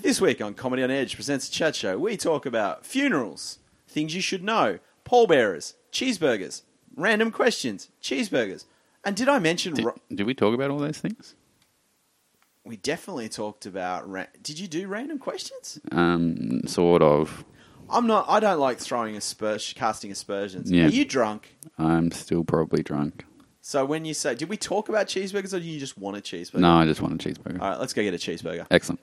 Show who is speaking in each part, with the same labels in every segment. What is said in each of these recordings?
Speaker 1: This week on Comedy on Edge presents Chat Show, we talk about funerals, things you should know, pallbearers, cheeseburgers, random questions, cheeseburgers. And did I mention
Speaker 2: Did,
Speaker 1: ro-
Speaker 2: did we talk about all those things?
Speaker 1: we definitely talked about? Ra- did you do random questions?
Speaker 2: Um, sort of.
Speaker 1: I'm not. I don't like throwing aspersions, casting aspersions.
Speaker 2: Yeah.
Speaker 1: Are you drunk?
Speaker 2: I'm still probably drunk.
Speaker 1: So when you say, did we talk about cheeseburgers, or do you just want a cheeseburger?
Speaker 2: No, I just want a cheeseburger.
Speaker 1: All right, let's go get a cheeseburger.
Speaker 2: Excellent.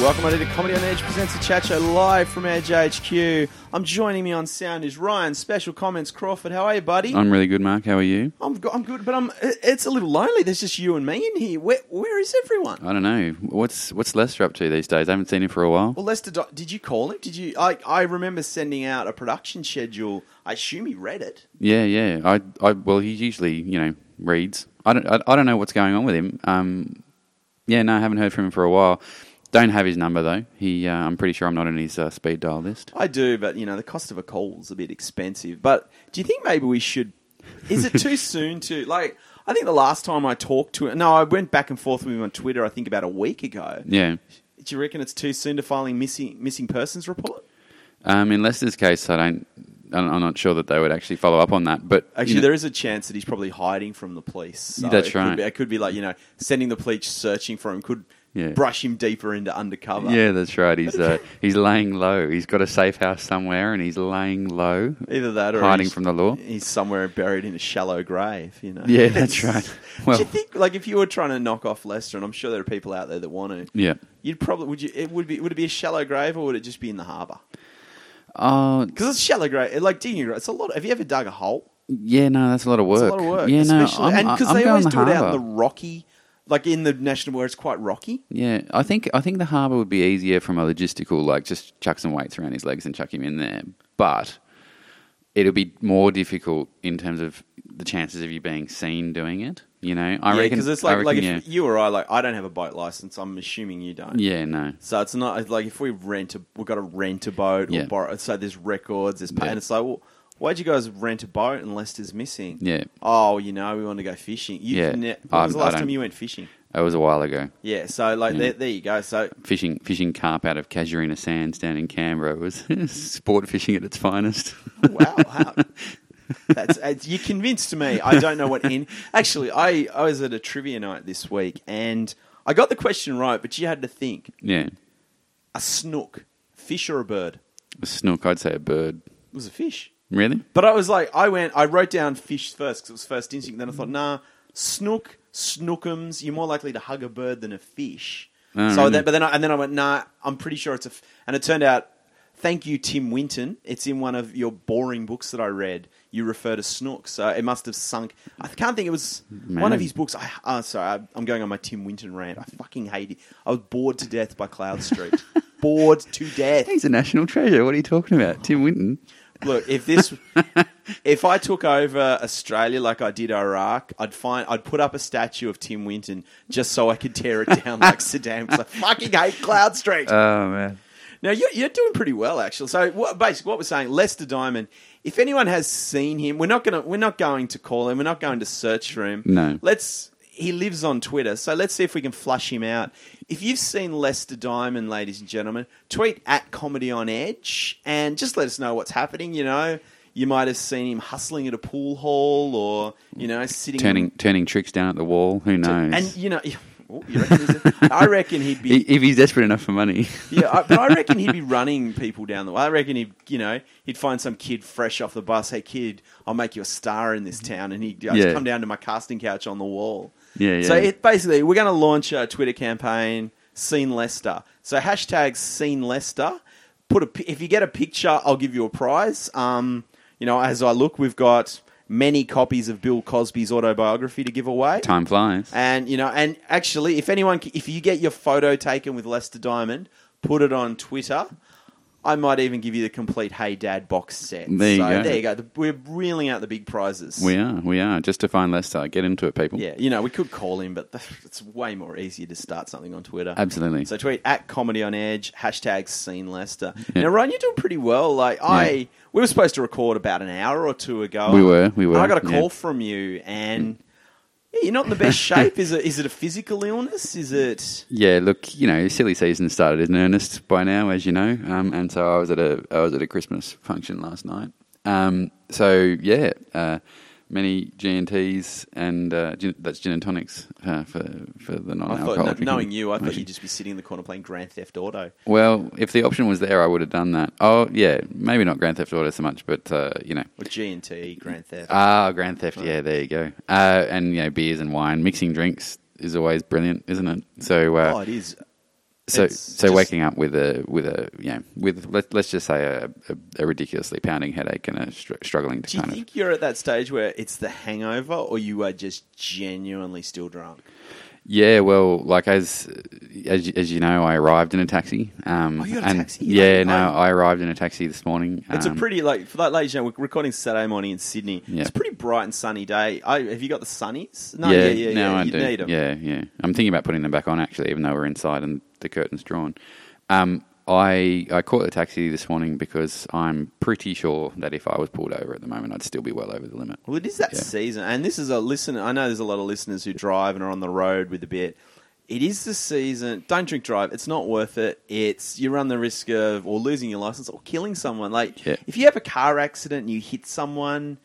Speaker 1: Welcome on to Comedy on Edge presents a chat show live from Edge HQ. I'm joining me on sound is Ryan. Special comments, Crawford. How are you, buddy?
Speaker 2: I'm really good, Mark. How are you?
Speaker 1: I'm, go- I'm good, but I'm. it- It's a little lonely. There's just you and me in here. Where Where is everyone?
Speaker 2: I don't know. What's what's Lester up to these days? I haven't seen him for a while.
Speaker 1: Well, Lester, Do- did you call him? Did you? I I remember sending out a production schedule. I assume he read it.
Speaker 2: Yeah, yeah. I, I well, he usually you know reads. I don't, I, I don't know what's going on with him. Um, yeah, no, I haven't heard from him for a while. Don't have his number though. He, uh, I'm pretty sure I'm not on his uh, speed dial list.
Speaker 1: I do, but you know the cost of a call is a bit expensive. But do you think maybe we should? Is it too soon to like? I think the last time I talked to him, no, I went back and forth with him on Twitter. I think about a week ago.
Speaker 2: Yeah.
Speaker 1: Do you reckon it's too soon to filing missing missing persons report?
Speaker 2: Um, in Lester's case, I don't. I'm I'm not sure that they would actually follow up on that. But
Speaker 1: Actually,
Speaker 2: you know,
Speaker 1: there is a chance that he's probably hiding from the police. So
Speaker 2: That's
Speaker 1: it could
Speaker 2: right.
Speaker 1: Be, it could be like you know, sending the police searching for him could
Speaker 2: Yeah.
Speaker 1: brush him deeper into undercover.
Speaker 2: yeah, that's right. He's uh, he's laying low. He's got a safe house somewhere, and he's laying low.
Speaker 1: either that or
Speaker 2: Hiding
Speaker 1: he's-
Speaker 2: from the law?
Speaker 1: He's somewhere buried in a shallow grave. You know.
Speaker 2: Yeah, that's right.
Speaker 1: do
Speaker 2: Well-
Speaker 1: you think like if you were trying to knock off Lester, and I'm sure there are people out there that want to.
Speaker 2: Yeah.
Speaker 1: You'd probably would you it would be would it be a shallow grave or would it just be in the harbour?
Speaker 2: Oh,
Speaker 1: Because it's shallow grave, like digging. a grave, It's a lot. Have you ever dug a hole?
Speaker 2: yeah. No, that's a lot of work.
Speaker 1: It's a lot of work.
Speaker 2: Yeah, no.
Speaker 1: especially,
Speaker 2: I'm,
Speaker 1: and because
Speaker 2: I'm
Speaker 1: they
Speaker 2: going
Speaker 1: always
Speaker 2: the
Speaker 1: do it out in the
Speaker 2: harbour.
Speaker 1: rocky, like in the national where it's quite rocky.
Speaker 2: Yeah, I think I think the harbour would be easier from a logistical, like just chuck some weights around his legs and chuck him in there. But it'll be more difficult in terms of the chances of you being seen doing it. You know, I
Speaker 1: yeah,
Speaker 2: reckon
Speaker 1: because it's
Speaker 2: I
Speaker 1: like like
Speaker 2: reckon, yeah,
Speaker 1: if you or I like I don't have a boat license. I'm assuming you don't.
Speaker 2: yeah, no,
Speaker 1: So it's not it's like if we rent a we've got to rent a boat
Speaker 2: Yeah.
Speaker 1: or borrow. So there's records, there's pay,
Speaker 2: Yeah.
Speaker 1: and it's like, well, why'd you guys rent a boat unless there's missing?
Speaker 2: Yeah.
Speaker 1: Oh, you know, we want to go fishing. You
Speaker 2: Yeah.
Speaker 1: can ne- when
Speaker 2: I-
Speaker 1: was the
Speaker 2: I
Speaker 1: last
Speaker 2: don't-
Speaker 1: time you went fishing?
Speaker 2: that was a while ago.
Speaker 1: Yeah. So like
Speaker 2: Yeah.
Speaker 1: There, there you go. So
Speaker 2: Fishing fishing carp out of Casuarina Sands down in Canberra was sport fishing at its finest.
Speaker 1: wow. wow. That's, it's- you convinced me. I don't know what in. Actually, I, I was at a trivia night this week and I got the question right, but you had to think
Speaker 2: yeah,
Speaker 1: a snook, fish or a bird?
Speaker 2: a snook. I'd say a bird.
Speaker 1: It was a fish.
Speaker 2: Really?
Speaker 1: But I was like, I went, I wrote down fish first because it was first instinct. Then I thought, nah, snook, snookums. You're more likely to hug a bird than a fish.
Speaker 2: Oh,
Speaker 1: so
Speaker 2: really?
Speaker 1: then, but then I, and then I went, nah, I'm pretty sure it's a. F-. And it turned out, thank you, Tim Winton. It's in one of your boring books that I read. You refer to snook, so it must have sunk. I can't think it was one of
Speaker 2: Man.
Speaker 1: his books. I uh, sorry, I, I'm going on my Tim Winton rant. I fucking hate it. I was bored to death by Cloud Street. bored to death.
Speaker 2: He's a national treasure. What are you talking about, Tim Winton?
Speaker 1: Look, if this, if I took over Australia like I did Iraq, I'd find I'd put up a statue of Tim Winton just so I could tear it down like Saddam. Because I fucking hate Cloud Street.
Speaker 2: Oh man.
Speaker 1: now you're, you're doing pretty well actually. So what, basically, what we're saying, Lester Diamond. If anyone has seen him, we're not gonna we're not going to call him. We're not going to search for him.
Speaker 2: No.
Speaker 1: Let's. He lives on Twitter, so let's see if we can flush him out. If you've seen Lester Diamond, ladies and gentlemen, tweet at Comedy on Edge and just let us know what's happening. You know, you might have seen him hustling at a pool hall, or you know, sitting
Speaker 2: turning turning tricks down at the wall. Who knows?
Speaker 1: and you know. Oh, you reckon he's a- I reckon he'd be
Speaker 2: I- if he's desperate enough for money,
Speaker 1: Yeah, I, but I reckon he'd be running people down the way. I reckon he'd, you know, he'd find some kid fresh off the bus. Hey, kid, I'll make you a star in this town, and he'd just
Speaker 2: Yeah.
Speaker 1: come down to my casting couch on the wall.
Speaker 2: Yeah,
Speaker 1: So
Speaker 2: yeah.
Speaker 1: it, basically, we're going to launch a Twitter campaign, Scene Leicester. So hashtag Scene Leicester. Put a pi- if you get a picture, I'll give you a prize. Um, you know, as I look, we've got many copies of Bill Cosby's autobiography to give away.
Speaker 2: time flies.
Speaker 1: And you know, and actually, if anyone, if you get your photo taken with Lester Diamond, put it on Twitter. I might even give you the complete Hey Dad box set.
Speaker 2: There you
Speaker 1: so
Speaker 2: go.
Speaker 1: there you go. The- We're reeling out the big prizes.
Speaker 2: We are, we are. Just to find Lester. Get into it, people.
Speaker 1: yeah, you know, we could call him, but it's way more easier to start something on Twitter.
Speaker 2: Absolutely.
Speaker 1: So tweet at Comedy on Edge, hashtag Scene Leicester.
Speaker 2: Yeah.
Speaker 1: Now, Ryan, you're doing pretty well. Like I, we were supposed to record about an hour or two ago.
Speaker 2: We were, we
Speaker 1: And
Speaker 2: were,
Speaker 1: I got a
Speaker 2: yeah.
Speaker 1: call from you, and yeah, you're not in the best shape. Is it? Is it a physical illness? Is it?
Speaker 2: Yeah, look, you know, silly season started in earnest by now, as you know, um, and so I was at a I was at a Christmas function last night. Um, so yeah, uh, many G and Ts and uh, gin, that's gin and tonics uh, for for the
Speaker 1: I
Speaker 2: non-alcoholic.
Speaker 1: thought, kn-
Speaker 2: drinking
Speaker 1: knowing you, I thought
Speaker 2: version.
Speaker 1: you'd just be sitting in the corner playing Grand Theft Auto.
Speaker 2: Well, if the option was there, I would have done that. Oh yeah, maybe not Grand Theft Auto so much, but uh, you know,
Speaker 1: Or G and T, Grand Theft.
Speaker 2: ah, Grand Theft. Yeah, there you go. Uh, and you know, beers and wine, mixing drinks is always brilliant, isn't it? So uh,
Speaker 1: oh, it is.
Speaker 2: so
Speaker 1: It's
Speaker 2: so
Speaker 1: just-
Speaker 2: waking up with a with a you know with let, let's just say a, a, a ridiculously pounding headache and a str- struggling to
Speaker 1: Do you
Speaker 2: kind
Speaker 1: think you're at that stage where it's the hangover, or you are just genuinely still drunk?
Speaker 2: of yeah well like as as you- as you know I arrived in a taxi um
Speaker 1: Oh, you got a
Speaker 2: and
Speaker 1: taxi?
Speaker 2: yeah
Speaker 1: I-
Speaker 2: no
Speaker 1: I-
Speaker 2: I arrived in a taxi this morning
Speaker 1: It's
Speaker 2: um,
Speaker 1: a pretty like for that ladies, you know, we're recording Saturday morning in Sydney.
Speaker 2: Yeah.
Speaker 1: It's a pretty bright and sunny day. I, have you got the sunnies? No,
Speaker 2: yeah
Speaker 1: yeah, yeah,
Speaker 2: now
Speaker 1: yeah.
Speaker 2: I
Speaker 1: You'd
Speaker 2: do
Speaker 1: need 'em.
Speaker 2: yeah yeah I'm thinking about putting them back on actually even though we're inside and the curtain's drawn um I I caught the taxi this morning because I'm pretty sure that if I was pulled over at the moment I'd still be well over the limit
Speaker 1: Well, it is that
Speaker 2: Yeah.
Speaker 1: season, and this is a listener. I know there's a lot of listeners who drive and are on the road with a bit. It is the season. Don't drink drive. It's not worth it. It's you run the risk of or losing your license or killing someone. Like
Speaker 2: Yeah.
Speaker 1: if you have a car accident and you hit someone,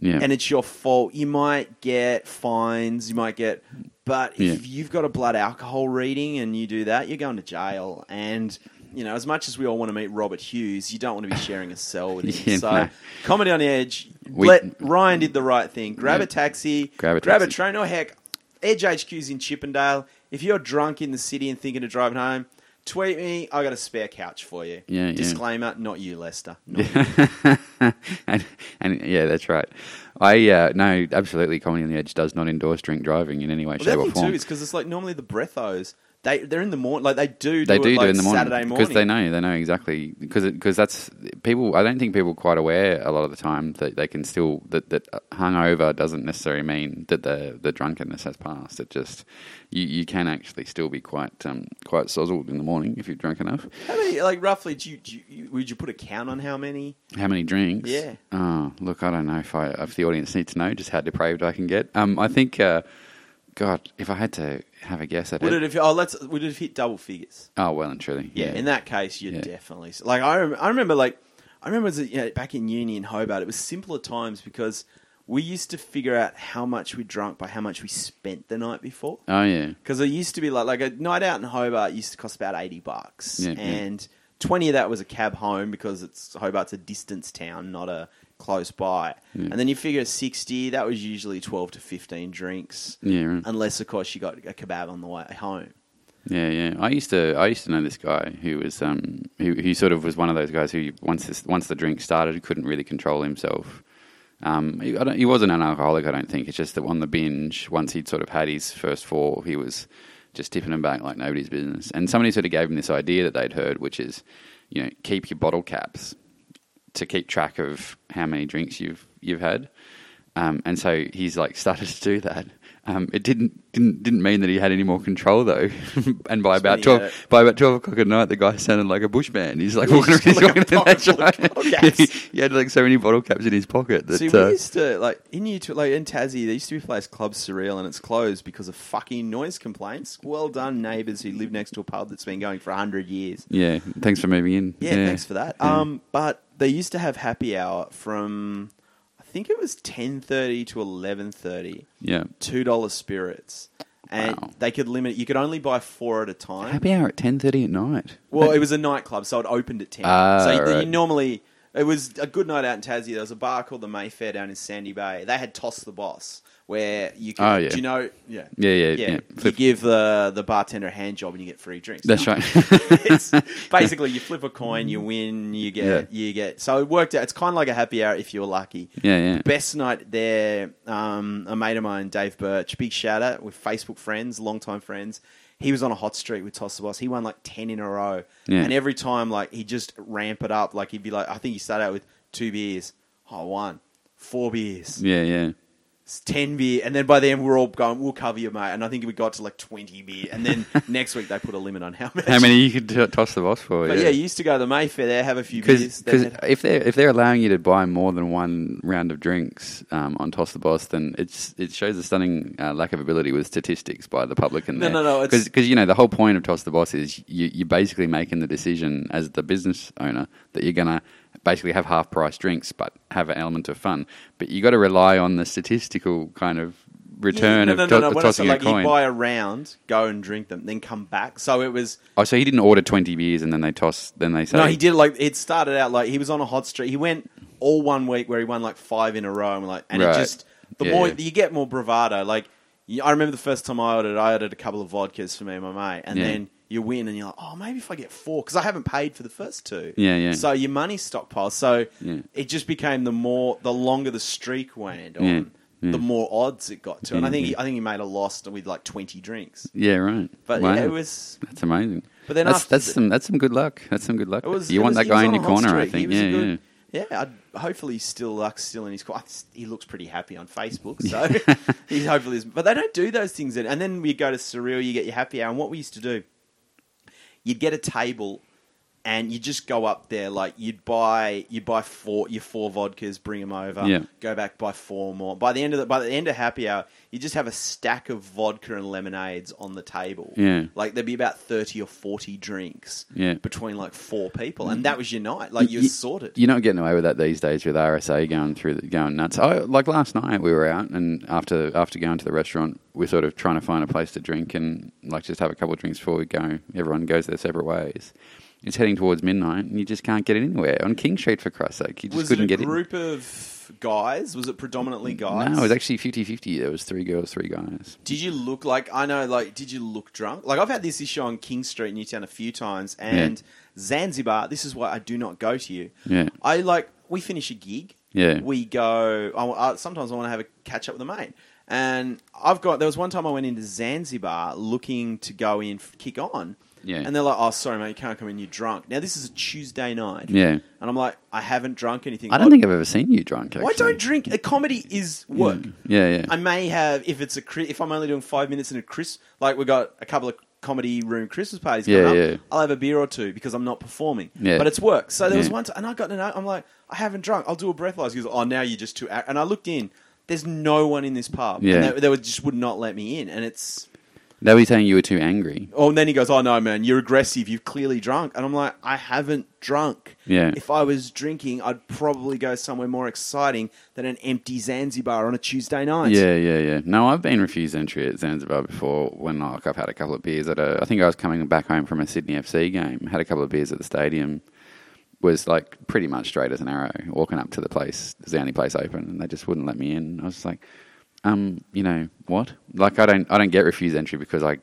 Speaker 2: yeah
Speaker 1: and it's your fault, you might get fines, you might get. But if
Speaker 2: Yeah.
Speaker 1: you've got a blood alcohol reading and you do that, you're going to jail. And, you know, as much as we all want to meet Robert Hughes, you don't want to be sharing a cell with him.
Speaker 2: Yeah,
Speaker 1: so,
Speaker 2: no.
Speaker 1: comedy on the edge.
Speaker 2: We-
Speaker 1: let, Ryan did the right thing. Grab
Speaker 2: Yeah.
Speaker 1: a taxi,
Speaker 2: Grab a taxi.
Speaker 1: train, or heck, Edge HQ's in Chippendale. If you're drunk in the city and thinking of driving home, tweet me. I got a spare couch for you.
Speaker 2: Yeah, yeah.
Speaker 1: Disclaimer: Not you, Lester. Not
Speaker 2: and, and yeah, that's right. I uh, no, absolutely. Comedy on the Edge does not endorse drink driving in any way,
Speaker 1: Well,
Speaker 2: shape,
Speaker 1: the
Speaker 2: or
Speaker 1: other thing
Speaker 2: form.
Speaker 1: too is because it's like normally the breathos they they're in the morning like they do do
Speaker 2: they
Speaker 1: it,
Speaker 2: do do
Speaker 1: like
Speaker 2: in the morning
Speaker 1: Saturday morning
Speaker 2: because they know they know exactly because because that's people. I don't think people are quite aware a lot of the time that they can still that that hungover doesn't necessarily mean that the the drunkenness has passed. It just you, you can actually still be quite um, quite sozzled in the morning if you've drunk enough.
Speaker 1: How many, like roughly do you, do you would you put a count on how many
Speaker 2: How many drinks?
Speaker 1: Yeah.
Speaker 2: Oh, look, I don't know if I if the audience needs to know just how depraved I can get. Um, I think, uh, God, if I had to have a guess at
Speaker 1: would
Speaker 2: it,
Speaker 1: it have oh let's would it have hit double figures
Speaker 2: oh well and truly,
Speaker 1: yeah, in that case you're
Speaker 2: Yeah.
Speaker 1: definitely like I rem- I remember like I remember as a- you know, back in uni in Hobart it was simpler times because we used to figure out how much we drunk by how much we spent the night before
Speaker 2: oh yeah,
Speaker 1: Because it used to be like like a night out in Hobart used to cost about eighty bucks,
Speaker 2: Yeah, yeah.
Speaker 1: and twenty of that was a cab home because it's Hobart's a distance town, not a close by.
Speaker 2: Yeah.
Speaker 1: And then you figure sixty, that was usually twelve to fifteen drinks,
Speaker 2: yeah, right.
Speaker 1: unless of course you got a kebab on the way home.
Speaker 2: yeah, yeah. I used to I used to know this guy who was um who who sort of was one of those guys who once this, once the drink started couldn't really control himself. Um, he, I don't, he wasn't an alcoholic, I don't think. It's just that on the binge, once he'd sort of had his first four, he was just tipping them back like nobody's business. And somebody sort of gave him this idea that they'd heard, which is, you know, keep your bottle caps to keep track of how many drinks you've you've had. Um, and so he's like started to do that. Um, it didn't didn't didn't mean that he had any more control though. and by about
Speaker 1: he
Speaker 2: twelve
Speaker 1: had it.
Speaker 2: by about twelve o'clock at night, the guy sounded like a bushman. He's like
Speaker 1: Yeah,
Speaker 2: walking
Speaker 1: he's
Speaker 2: around.
Speaker 1: got, like, a
Speaker 2: walking around,
Speaker 1: pocket full of
Speaker 2: that's
Speaker 1: bottle
Speaker 2: right.
Speaker 1: caps.
Speaker 2: he had like so many bottle caps in his pocket that
Speaker 1: See,
Speaker 2: uh,
Speaker 1: we used to like in Utah, like in Tassie, there used to be a place Club Surreal, and it's closed because of fucking noise complaints. Well done, neighbours who live next to a pub that's been going for hundred years.
Speaker 2: Yeah, thanks for moving in.
Speaker 1: Yeah, thanks for that.
Speaker 2: Yeah.
Speaker 1: Um, but they used to have happy hour from I think it was ten thirty to eleven thirty.
Speaker 2: yeah.
Speaker 1: Two dollar spirits, and
Speaker 2: Wow.
Speaker 1: they could limit. You could only buy four at a time.
Speaker 2: Happy hour at ten thirty at night.
Speaker 1: well, it was a nightclub, so it opened at ten.
Speaker 2: Ah,
Speaker 1: so you,
Speaker 2: right.
Speaker 1: you normally it was a good night out in Tassie. There was a bar called the Mayfair down in Sandy Bay. They had tossed the boss, where you can.
Speaker 2: Oh, yeah.
Speaker 1: Do you know? Yeah.
Speaker 2: Yeah, yeah, yeah.
Speaker 1: You
Speaker 2: Flip.
Speaker 1: give the the bartender a hand job and you get free drinks.
Speaker 2: That's right.
Speaker 1: it's basically you flip a coin, you win, you get
Speaker 2: Yeah.
Speaker 1: you get. So it worked out. It's kind of like a happy hour if you were lucky.
Speaker 2: Yeah, yeah.
Speaker 1: Best night there. Um, a mate of mine, Dave Birch, big shout out. We're Facebook friends, longtime friends. He was on a hot streak with Toss the Boss. He won like ten in a row,
Speaker 2: Yeah.
Speaker 1: and every time like he just ramp it up. Like he'd be like, I think he started out with two beers. Oh, one, four beers.
Speaker 2: Yeah, yeah.
Speaker 1: It's 10 beer, and then by then we're all going, we'll cover you, mate. And I think we got to like 20 beer. And then next week they put a limit on how much.
Speaker 2: How many you could t- toss the boss for?
Speaker 1: But yeah, you used to go to the Mayfair there, have a few beers.
Speaker 2: Because
Speaker 1: then they'd-
Speaker 2: if they're if they're allowing you to buy more than one round of drinks um, on Toss the Boss, then it's it shows a stunning uh, lack of ability with statistics by the publican.
Speaker 1: No,
Speaker 2: there.
Speaker 1: no, no, it's-
Speaker 2: Because you know the whole point of Toss the Boss is you, you're basically making the decision as the business owner that you're gonna basically have half price drinks, but have an element of fun. But you got to rely on the statistical kind of return
Speaker 1: Yeah,
Speaker 2: of
Speaker 1: no,
Speaker 2: to-
Speaker 1: no, no,
Speaker 2: of
Speaker 1: when I said,
Speaker 2: tossing
Speaker 1: like,
Speaker 2: a coin.
Speaker 1: You buy a round, go and drink them, then come back. So it was.
Speaker 2: oh, so he didn't order twenty beers and then they toss. Then they say
Speaker 1: no, he did like it started out like he was on a hot streak. He went all one week where he won like five in a row, and like and
Speaker 2: Right.
Speaker 1: it just the
Speaker 2: Yeah,
Speaker 1: more
Speaker 2: yeah.
Speaker 1: you get more bravado. Like you, I remember the first time I ordered, I ordered a couple of vodkas for me and my mate, and
Speaker 2: Yeah.
Speaker 1: then you win, and you're like, oh, maybe if I get four because I haven't paid for the first two.
Speaker 2: Yeah, yeah.
Speaker 1: So your money stockpile. So
Speaker 2: Yeah.
Speaker 1: it just became the more the longer the streak went on.
Speaker 2: Yeah, yeah.
Speaker 1: The more odds it got to, and
Speaker 2: Yeah,
Speaker 1: I think
Speaker 2: yeah.
Speaker 1: he, I think he made a loss with like twenty drinks.
Speaker 2: Yeah, right.
Speaker 1: But
Speaker 2: Wow.
Speaker 1: yeah, it was
Speaker 2: That's amazing.
Speaker 1: But then
Speaker 2: that's,
Speaker 1: after
Speaker 2: that's
Speaker 1: the-
Speaker 2: some that's some good luck. That's some good luck.
Speaker 1: It was,
Speaker 2: you
Speaker 1: it
Speaker 2: want
Speaker 1: was-
Speaker 2: that
Speaker 1: he was
Speaker 2: guy in
Speaker 1: on
Speaker 2: your
Speaker 1: a hot
Speaker 2: corner, I
Speaker 1: streak. He
Speaker 2: think.
Speaker 1: was
Speaker 2: Yeah,
Speaker 1: a
Speaker 2: yeah.
Speaker 1: good- yeah. I'd, hopefully, he's still like still in his. co- I s- He looks pretty happy on Facebook, so he hopefully is. But they don't do those things. And and then we go to surreal. You get your happy hour, and what we used to do, you'd get a table, and you just go up there. Like you'd buy you buy four your four vodkas, bring them over,
Speaker 2: Yeah.
Speaker 1: go back buy four more. By the end of the by the end of happy hour, you just have a stack of vodka and lemonades on the table.
Speaker 2: Yeah.
Speaker 1: like there'd be about thirty or forty drinks
Speaker 2: Yeah.
Speaker 1: between like four people, and that was your night. Like you were
Speaker 2: You-
Speaker 1: sorted.
Speaker 2: You're not getting away with that these days with RSA going through the, going nuts. I, like last night, we were out and after after going to the restaurant, we're sort of trying to find a place to drink and like just have a couple of drinks before we go. Everyone goes their separate ways. It's heading towards midnight, and you just can't get anywhere on King Street for Christ's sake. You just
Speaker 1: was it
Speaker 2: couldn't
Speaker 1: a
Speaker 2: get
Speaker 1: group of guys? Was it predominantly
Speaker 2: in.
Speaker 1: guys?
Speaker 2: No, it was actually 50-50. There was three girls, three guys.
Speaker 1: Did you look like I know? Like, did you look drunk? Like, I've had this issue on King Street, Newtown, a few times, and Zanzibar. This is why I do not go to you.
Speaker 2: Yeah.
Speaker 1: I like we finish a gig.
Speaker 2: Yeah.
Speaker 1: we go. I, I, sometimes I want to have a catch up with a mate, and I've got. There was one time I went into Zanzibar looking to go in for kick on.
Speaker 2: Yeah.
Speaker 1: and they're like, "Oh, sorry, mate, you can't come in. You're drunk." Now this is a Tuesday night.
Speaker 2: Yeah.
Speaker 1: and I'm like, I haven't drunk anything.
Speaker 2: I don't think I've ever seen you drunk. Actually.
Speaker 1: Why don't drink? A comedy is work.
Speaker 2: Yeah, yeah.
Speaker 1: I may have if it's a cri- if I'm only doing five minutes in a Chris like we got a couple of comedy room Christmas parties.
Speaker 2: Yeah,
Speaker 1: coming up,
Speaker 2: yeah.
Speaker 1: I'll have a beer or two because I'm not performing.
Speaker 2: Yeah.
Speaker 1: but it's work. So there was
Speaker 2: Yeah.
Speaker 1: one time, and I got to know. I'm like, I haven't drunk. I'll do a breathalyzer. He goes, oh, now you're just too. Ac-. And I looked in. There's no one in this pub.
Speaker 2: Yeah.
Speaker 1: and they, they would- just would not let me in. And it's
Speaker 2: They were saying you were too angry.
Speaker 1: oh, and then he goes, oh no, man, you're aggressive. You've clearly drunk. And I'm like, I haven't drunk.
Speaker 2: Yeah.
Speaker 1: If I was drinking, I'd probably go somewhere more exciting than an empty Zanzibar on a Tuesday night.
Speaker 2: Yeah, yeah, yeah. No, I've been refused entry at Zanzibar before when like I've had a couple of beers at a. I think I was coming back home from a Sydney FC game. Had a couple of beers at the stadium. Was like pretty much straight as an arrow. Walking up to the place, it was the only place open, and they just wouldn't let me in. I was just like, um, you know what? Like I don't, I don't get refused entry because I,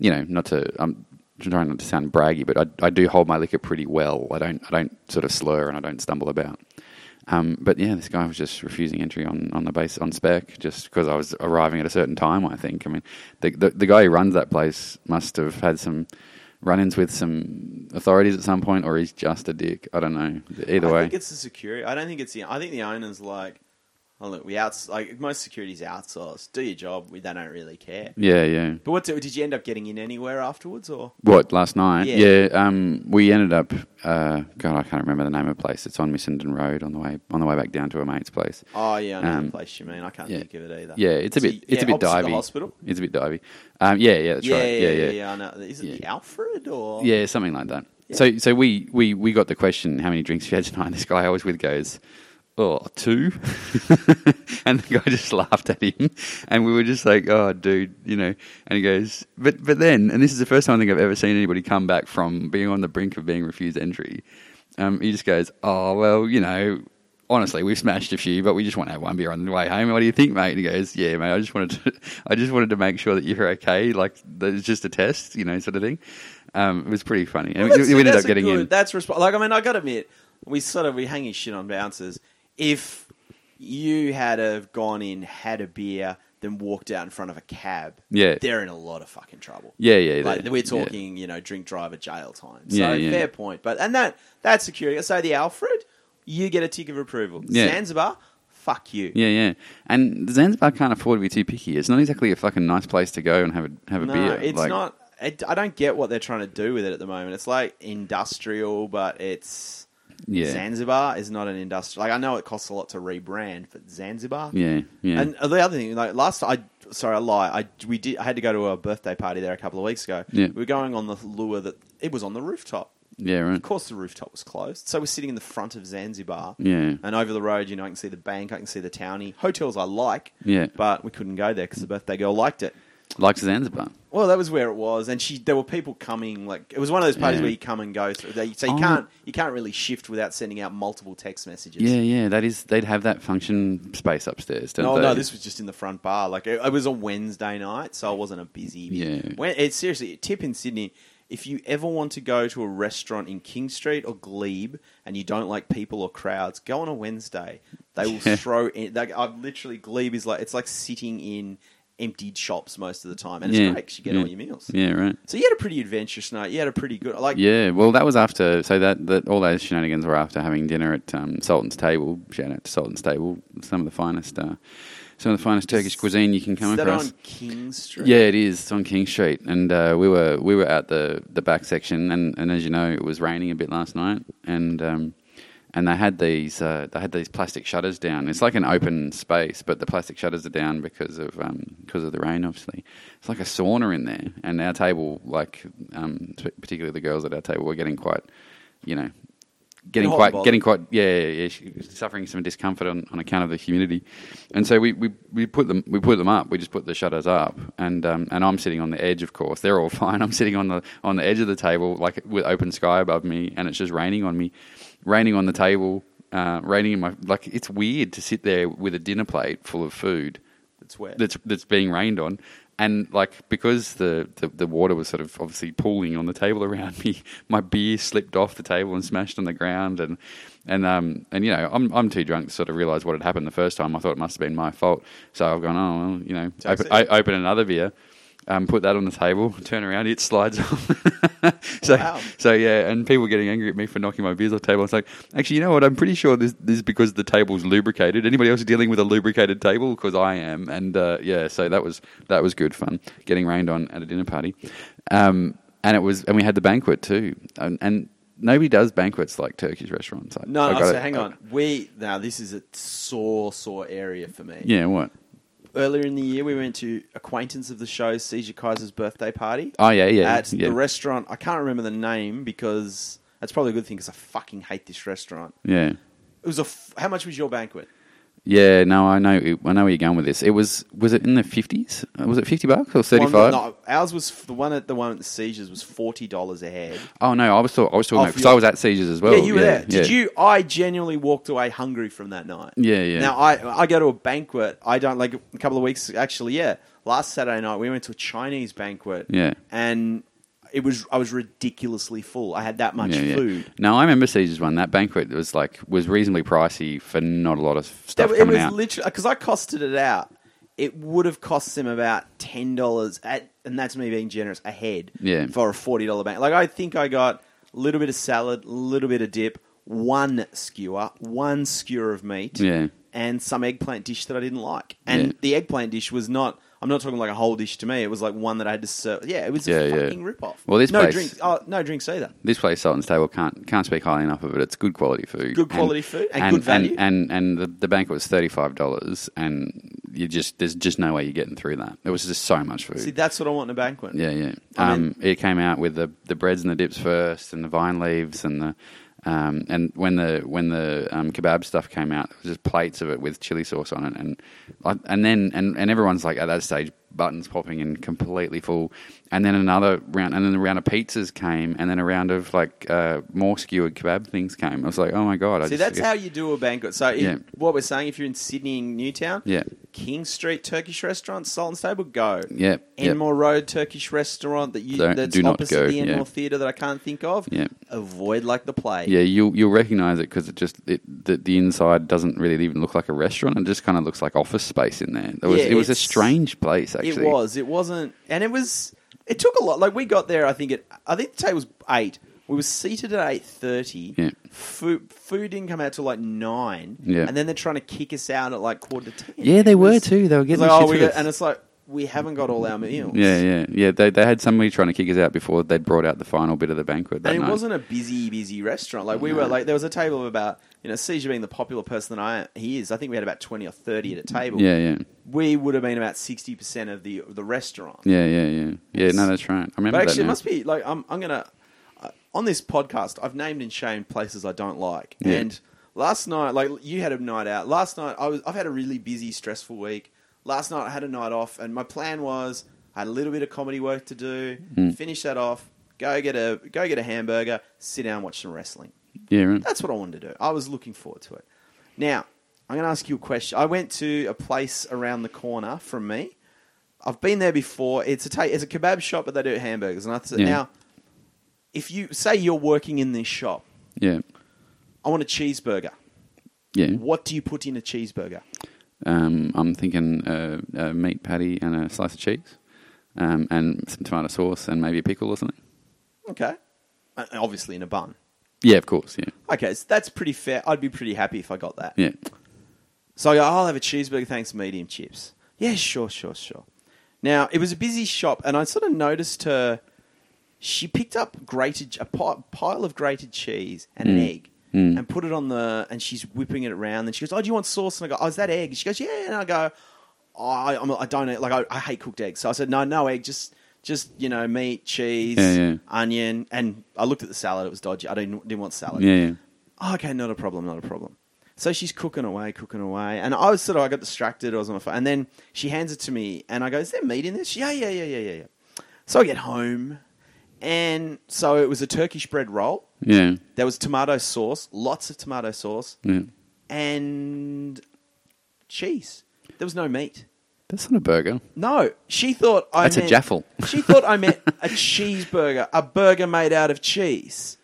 Speaker 2: you know, not to. I'm trying not to sound braggy, but I, I do hold my liquor pretty well. I don't, I don't sort of slur and I don't stumble about. Um, but yeah, this guy was just refusing entry on, on the base on spec just because I was arriving at a certain time. I think. I mean, the, the the guy who runs that place must have had some run-ins with some authorities at some point, or he's just a dick. I don't know. Either
Speaker 1: I
Speaker 2: way,
Speaker 1: think it's the security. I don't think it's the. I think the owners like. Oh look, we outs like most security's outsourced. Do your job. We they don't really care.
Speaker 2: yeah, yeah.
Speaker 1: But what did you end up getting in anywhere afterwards? Or
Speaker 2: What last night?
Speaker 1: Yeah.
Speaker 2: Yeah. um, we ended up. Uh, God, I can't remember the name of the place. It's on Missenden Road on the way on the way back down to a mate's place.
Speaker 1: oh yeah, I know
Speaker 2: Um,
Speaker 1: the place you mean. I can't
Speaker 2: yeah.
Speaker 1: think of it either.
Speaker 2: Yeah, it's a
Speaker 1: So,
Speaker 2: bit. It's
Speaker 1: yeah,
Speaker 2: a bit
Speaker 1: opposite
Speaker 2: divey.
Speaker 1: The hospital.
Speaker 2: It's a bit divey. Um, yeah, yeah, that's
Speaker 1: yeah,
Speaker 2: right.
Speaker 1: yeah, yeah, yeah, I know. Is it
Speaker 2: Yeah.
Speaker 1: the Alfred or
Speaker 2: Yeah, something like that.
Speaker 1: Yeah.
Speaker 2: So, so we, we, we got the question, how many drinks have you had tonight? This guy I was with goes, oh, two. and the guy just laughed at him. And we were just like, oh, dude, you know. And he goes, but, but then, and this is the first time I think I've ever seen anybody come back from being on the brink of being refused entry. Um, he just goes, oh, well, you know, honestly, we've smashed a few, but we just want to have one beer on the way home. What do you think, mate? And he goes, yeah, mate. I just wanted to, I just wanted to make sure that you're okay. Like that it's just a test, you know, sort of thing. Um, it was pretty funny. And
Speaker 1: Well,
Speaker 2: we,
Speaker 1: that's-
Speaker 2: we ended
Speaker 1: that's
Speaker 2: up
Speaker 1: a
Speaker 2: getting
Speaker 1: good-
Speaker 2: in.
Speaker 1: That's resp- like I mean I got to admit we sort of we hang his shit on bouncers. If you had have gone in, had a beer, then walked out in front of a cab,
Speaker 2: Yeah.
Speaker 1: they're in a lot of fucking trouble.
Speaker 2: yeah, yeah,
Speaker 1: Like
Speaker 2: yeah,
Speaker 1: we're
Speaker 2: yeah.
Speaker 1: talking, you know, drink driver jail time. So
Speaker 2: Yeah, yeah.
Speaker 1: fair point. But and that that's security. So the Alfred, you get a tick of approval.
Speaker 2: Yeah.
Speaker 1: Zanzibar, fuck you.
Speaker 2: Yeah, yeah. And Zanzibar can't afford to be too picky. It's not exactly a fucking nice place to go and have a have a
Speaker 1: no,
Speaker 2: beer.
Speaker 1: it's
Speaker 2: Like,
Speaker 1: not. It, I don't get what they're trying to do with it at the moment. It's like industrial, but it's
Speaker 2: Yeah,
Speaker 1: Zanzibar is not an industrial. Like I know it costs a lot to rebrand, but Zanzibar.
Speaker 2: yeah, yeah.
Speaker 1: And the other thing, like last, I sorry, I lie. I we did. I had to go to a birthday party there a couple of weeks ago.
Speaker 2: Yeah.
Speaker 1: We were going on the lure that it was on the rooftop.
Speaker 2: yeah,
Speaker 1: Of
Speaker 2: right.
Speaker 1: course, the rooftop was closed, so we're sitting in the front of Zanzibar.
Speaker 2: Yeah,
Speaker 1: And over the road, you know, I can see the bank, I can see the townie. Hotels I like,
Speaker 2: yeah.
Speaker 1: but we couldn't go there because the birthday girl liked it.
Speaker 2: Like Zanzibar.
Speaker 1: Well, that was where it was, and she there were people coming. Like it was one of those parties
Speaker 2: Yeah.
Speaker 1: where you come and go through. They, so you
Speaker 2: Oh.
Speaker 1: can't you can't really shift without sending out multiple text messages.
Speaker 2: Yeah, yeah. That is. They'd have that function space upstairs. Don't
Speaker 1: No,
Speaker 2: they?
Speaker 1: Oh, no, this was just in the front bar. Like it, it was a Wednesday night, so I wasn't a busy.
Speaker 2: Yeah.
Speaker 1: When, it's seriously tip in Sydney. If you ever want to go to a restaurant in King Street or Glebe and you don't like people or crowds, go on a Wednesday. They will
Speaker 2: Yeah.
Speaker 1: throw in. Like, I've literally Glebe is like it's like sitting in emptied shops most of the time, and it's
Speaker 2: Yeah,
Speaker 1: great 'cause you get
Speaker 2: yeah.
Speaker 1: all your meals.
Speaker 2: Yeah, right.
Speaker 1: So you had a pretty adventurous night. You had a pretty good like
Speaker 2: Yeah, well, that was after. So that, that all those shenanigans were after having dinner at um, Sultan's Table. Shout out to Sultan's Table. Some of the finest, uh, some of the finest Turkish cuisine you can come
Speaker 1: is that
Speaker 2: across.
Speaker 1: on King Street.
Speaker 2: Yeah, it is. It's on King Street, and uh, we were we were at the the back section, and, and as you know, it was raining a bit last night, and um, and they had these uh, they had these plastic shutters down. It's like an open space, but the plastic shutters are down because of um, because of the rain. Obviously, it's like a sauna in there, and our table, like um, p- particularly the girls at our table, were getting quite, you know. Getting
Speaker 1: Hot
Speaker 2: quite,
Speaker 1: bothered.
Speaker 2: getting quite, yeah, yeah, yeah. She was suffering some discomfort on, on account of the humidity, and so we, we, we put them we put them up. We just put the shutters up, and um, and I'm sitting on the edge. Of course, they're all fine. I'm sitting on the on the edge of the table, like with open sky above me, and it's just raining on me, raining on the table, uh, raining in my like. It's weird to sit there with a dinner plate full of food
Speaker 1: It's wet.
Speaker 2: that's that's being rained on. And like because the, the, the water was sort of obviously pooling on the table around me, my beer slipped off the table and smashed on the ground and and um and you know I'm I'm too drunk to sort of realise what had happened the first time. I thought it must have been my fault, so I've gone oh well, you know
Speaker 1: Takes
Speaker 2: open,
Speaker 1: it.
Speaker 2: I open another beer, um, put that on the table, turn around, it slides off. so
Speaker 1: Wow.
Speaker 2: so yeah, and people getting angry at me for knocking my beers off the table. It's like, actually, you know what? I'm pretty sure this, this is because the table's lubricated. Anybody else dealing with a lubricated table? Because I am. And uh, yeah, so that was that was good fun. Getting rained on at a dinner party, um, and it was, and we had the banquet too, and. and Nobody does banquets like Turkish restaurants. I,
Speaker 1: No,
Speaker 2: I
Speaker 1: no,
Speaker 2: gotta-
Speaker 1: so hang
Speaker 2: I-
Speaker 1: on. We now this is a sore, sore area for me.
Speaker 2: yeah, what?
Speaker 1: Earlier in the year, we went to acquaintance of the show, Caesar Kaiser's birthday party
Speaker 2: Oh yeah, yeah.
Speaker 1: at
Speaker 2: yeah.
Speaker 1: the restaurant. I can't remember the name because that's probably a good thing because I fucking hate this restaurant.
Speaker 2: yeah.
Speaker 1: It was a. F- how much was your banquet?
Speaker 2: Yeah, no, I know, I know where you're going with this. It was, was it in the fifties? Uh, Was it fifty bucks or thirty
Speaker 1: One-
Speaker 2: five?
Speaker 1: no, ours was the one at the one at the Caesars was forty dollars a head.
Speaker 2: Oh no, I was talking, I was talking
Speaker 1: Oh, for
Speaker 2: about because
Speaker 1: your-
Speaker 2: I was at Seizures as well.
Speaker 1: yeah, you were there. Did
Speaker 2: yeah.
Speaker 1: you? I genuinely walked away hungry from that night.
Speaker 2: Yeah, yeah.
Speaker 1: Now I I go to a banquet. I don't like a couple of weeks actually. Yeah, last Saturday night we went to a Chinese banquet.
Speaker 2: Yeah.
Speaker 1: and it was I was ridiculously full. I had that much
Speaker 2: Yeah, yeah.
Speaker 1: food.
Speaker 2: No, I remember Seizures one. That banquet was like was reasonably pricey for not a lot of
Speaker 1: That-
Speaker 2: stuff
Speaker 1: it was
Speaker 2: coming out.
Speaker 1: literally because I costed it out. It would have cost them about ten dollars at, and that's me being generous. A head,
Speaker 2: Yeah.
Speaker 1: for a forty dollar bank. Like I think I got a little bit of salad, a little bit of dip, one skewer, one skewer of meat,
Speaker 2: Yeah.
Speaker 1: and some eggplant dish that I didn't like. And
Speaker 2: Yeah.
Speaker 1: the eggplant dish was not. I'm not talking like a whole dish to me. It was like one that I had to serve. Yeah, it was
Speaker 2: Yeah,
Speaker 1: a
Speaker 2: yeah.
Speaker 1: fucking rip off.
Speaker 2: Well, this
Speaker 1: no
Speaker 2: place-
Speaker 1: drinks. Oh, no drinks either.
Speaker 2: this place, Sultan's Table, can't can't speak highly enough of it. It's good quality food.
Speaker 1: Good quality food and good value.
Speaker 2: And and, the, the banquet was thirty five dollars, and you just there's just no way you're getting through that. It was just so much food.
Speaker 1: See, that's what I want in a banquet.
Speaker 2: Yeah, yeah.
Speaker 1: I
Speaker 2: Um, it came out with the, the breads and the dips first, and the vine leaves, and the um, and when the when the um, kebab stuff came out, there was just plates of it with chili sauce on it, and I- and then and, and everyone's like at that stage, buttons popping and completely full, and then another round, and then a round of pizzas came, and then a round of like uh, more skewered kebab things came. I was like, oh my god! I
Speaker 1: See,
Speaker 2: just,
Speaker 1: that's how you do a banquet. So, if,
Speaker 2: Yeah.
Speaker 1: what we're saying, if you're in Sydney and Newtown,
Speaker 2: Yeah.
Speaker 1: King Street Turkish restaurant, Salt and Stable, go.
Speaker 2: Yeah, yeah.
Speaker 1: Enmore Road Turkish restaurant that you
Speaker 2: Don't-
Speaker 1: that's
Speaker 2: do not
Speaker 1: opposite
Speaker 2: go,
Speaker 1: the Enmore
Speaker 2: yeah.
Speaker 1: Theatre that I can't think of.
Speaker 2: Yeah.
Speaker 1: Avoid like the plague.
Speaker 2: Yeah, you'll you'll recognize it because it just it, the, the inside doesn't really even look like a restaurant. It just kind of looks like office space in there. It was
Speaker 1: Yeah,
Speaker 2: it was a
Speaker 1: it's-
Speaker 2: strange place actually.
Speaker 1: It was. It wasn't, and it was. It took a lot. Like we got there, I think it. I think the table's eight. We were seated at eight thirty.
Speaker 2: Yeah.
Speaker 1: Food food didn't come out till like nine.
Speaker 2: Yeah.
Speaker 1: And then they're trying to kick us out at like quarter to ten.
Speaker 2: Yeah, they
Speaker 1: It
Speaker 2: were
Speaker 1: was-
Speaker 2: too. They were
Speaker 1: It's
Speaker 2: getting
Speaker 1: like,
Speaker 2: shit
Speaker 1: oh, we
Speaker 2: with
Speaker 1: got,
Speaker 2: us.
Speaker 1: and it's like we haven't got all our meals.
Speaker 2: Yeah, yeah, yeah. They they had somebody trying to kick us out before they'd brought out the final bit of the banquet. That
Speaker 1: And it
Speaker 2: night.
Speaker 1: wasn't a busy, busy restaurant. Like we were
Speaker 2: No.
Speaker 1: like there was a table of about you know Caesar being the popular person that I he is. I think we had about twenty or thirty at a table.
Speaker 2: Yeah, yeah,
Speaker 1: we would have been about sixty percent of the the restaurant.
Speaker 2: yeah, yeah, yeah. Yeah, no, that's right. I remember
Speaker 1: But actually,
Speaker 2: that.
Speaker 1: it
Speaker 2: now.
Speaker 1: must be like I'm. I'm gonna uh, on this podcast. I've named and shamed places I don't like.
Speaker 2: Yeah.
Speaker 1: And last night, like you had a night out. Last night, I was. I've had a really busy, stressful week. Last night, I had a night off, and my plan was I had a little bit of comedy work to do.
Speaker 2: Hmm.
Speaker 1: Finish that off. Go get a go get a hamburger. Sit down, and watch some wrestling.
Speaker 2: yeah, right.
Speaker 1: That's what I wanted to do. I was looking forward to it. Now, I'm going to ask you a question. I went to a place around the corner from me. I've been there before. It's a ta- it's a kebab shop, but they do hamburgers. And I said,
Speaker 2: Yeah.
Speaker 1: now, if you say you're working in this shop,
Speaker 2: Yeah,
Speaker 1: I want a cheeseburger.
Speaker 2: yeah.
Speaker 1: What do you put in a cheeseburger?
Speaker 2: Um, I'm thinking uh, a meat patty and a slice of cheese, um, and some tomato sauce and maybe a pickle or something.
Speaker 1: Okay, Uh, obviously in a bun.
Speaker 2: Yeah, of course. Yeah,
Speaker 1: Okay, so that's pretty fair. I'd be pretty happy if I got that.
Speaker 2: yeah,
Speaker 1: So I go, "Oh, I'll have a cheeseburger, thanks, medium chips. Yeah, sure, sure, sure. Now, it was a busy shop, and I sort of noticed her. She picked up grated a pi- pile of grated cheese and an egg
Speaker 2: Mm.
Speaker 1: and put it on the. And she's whipping it around. And she goes, "Oh, do you want sauce?" And I go, "Oh, is that egg?" And she goes, "Yeah." And I go, oh, I, I'm, "I don't like. I, I hate cooked eggs." So I said, "No, no egg. Just, just you know, meat, cheese,
Speaker 2: Yeah, yeah.
Speaker 1: onion." And I looked at the salad. It was dodgy. I didn't didn't want salad.
Speaker 2: yeah, yeah.
Speaker 1: "Oh, okay, not a problem, not a problem. So she's cooking away, cooking away, and I was sort of I got distracted. I was on my phone, and then she hands it to me, and I go, "Is there meat in this?" Yeah, yeah, yeah, yeah, yeah, yeah. So I get home, and so it was a Turkish bread roll.
Speaker 2: yeah.
Speaker 1: There was tomato sauce, lots of tomato sauce,
Speaker 2: yeah.
Speaker 1: and cheese. There was no meat.
Speaker 2: That's not a burger.
Speaker 1: No, she thought I.
Speaker 2: That's a
Speaker 1: meant-
Speaker 2: jaffle.
Speaker 1: She thought I meant a cheeseburger, a burger made out of cheese.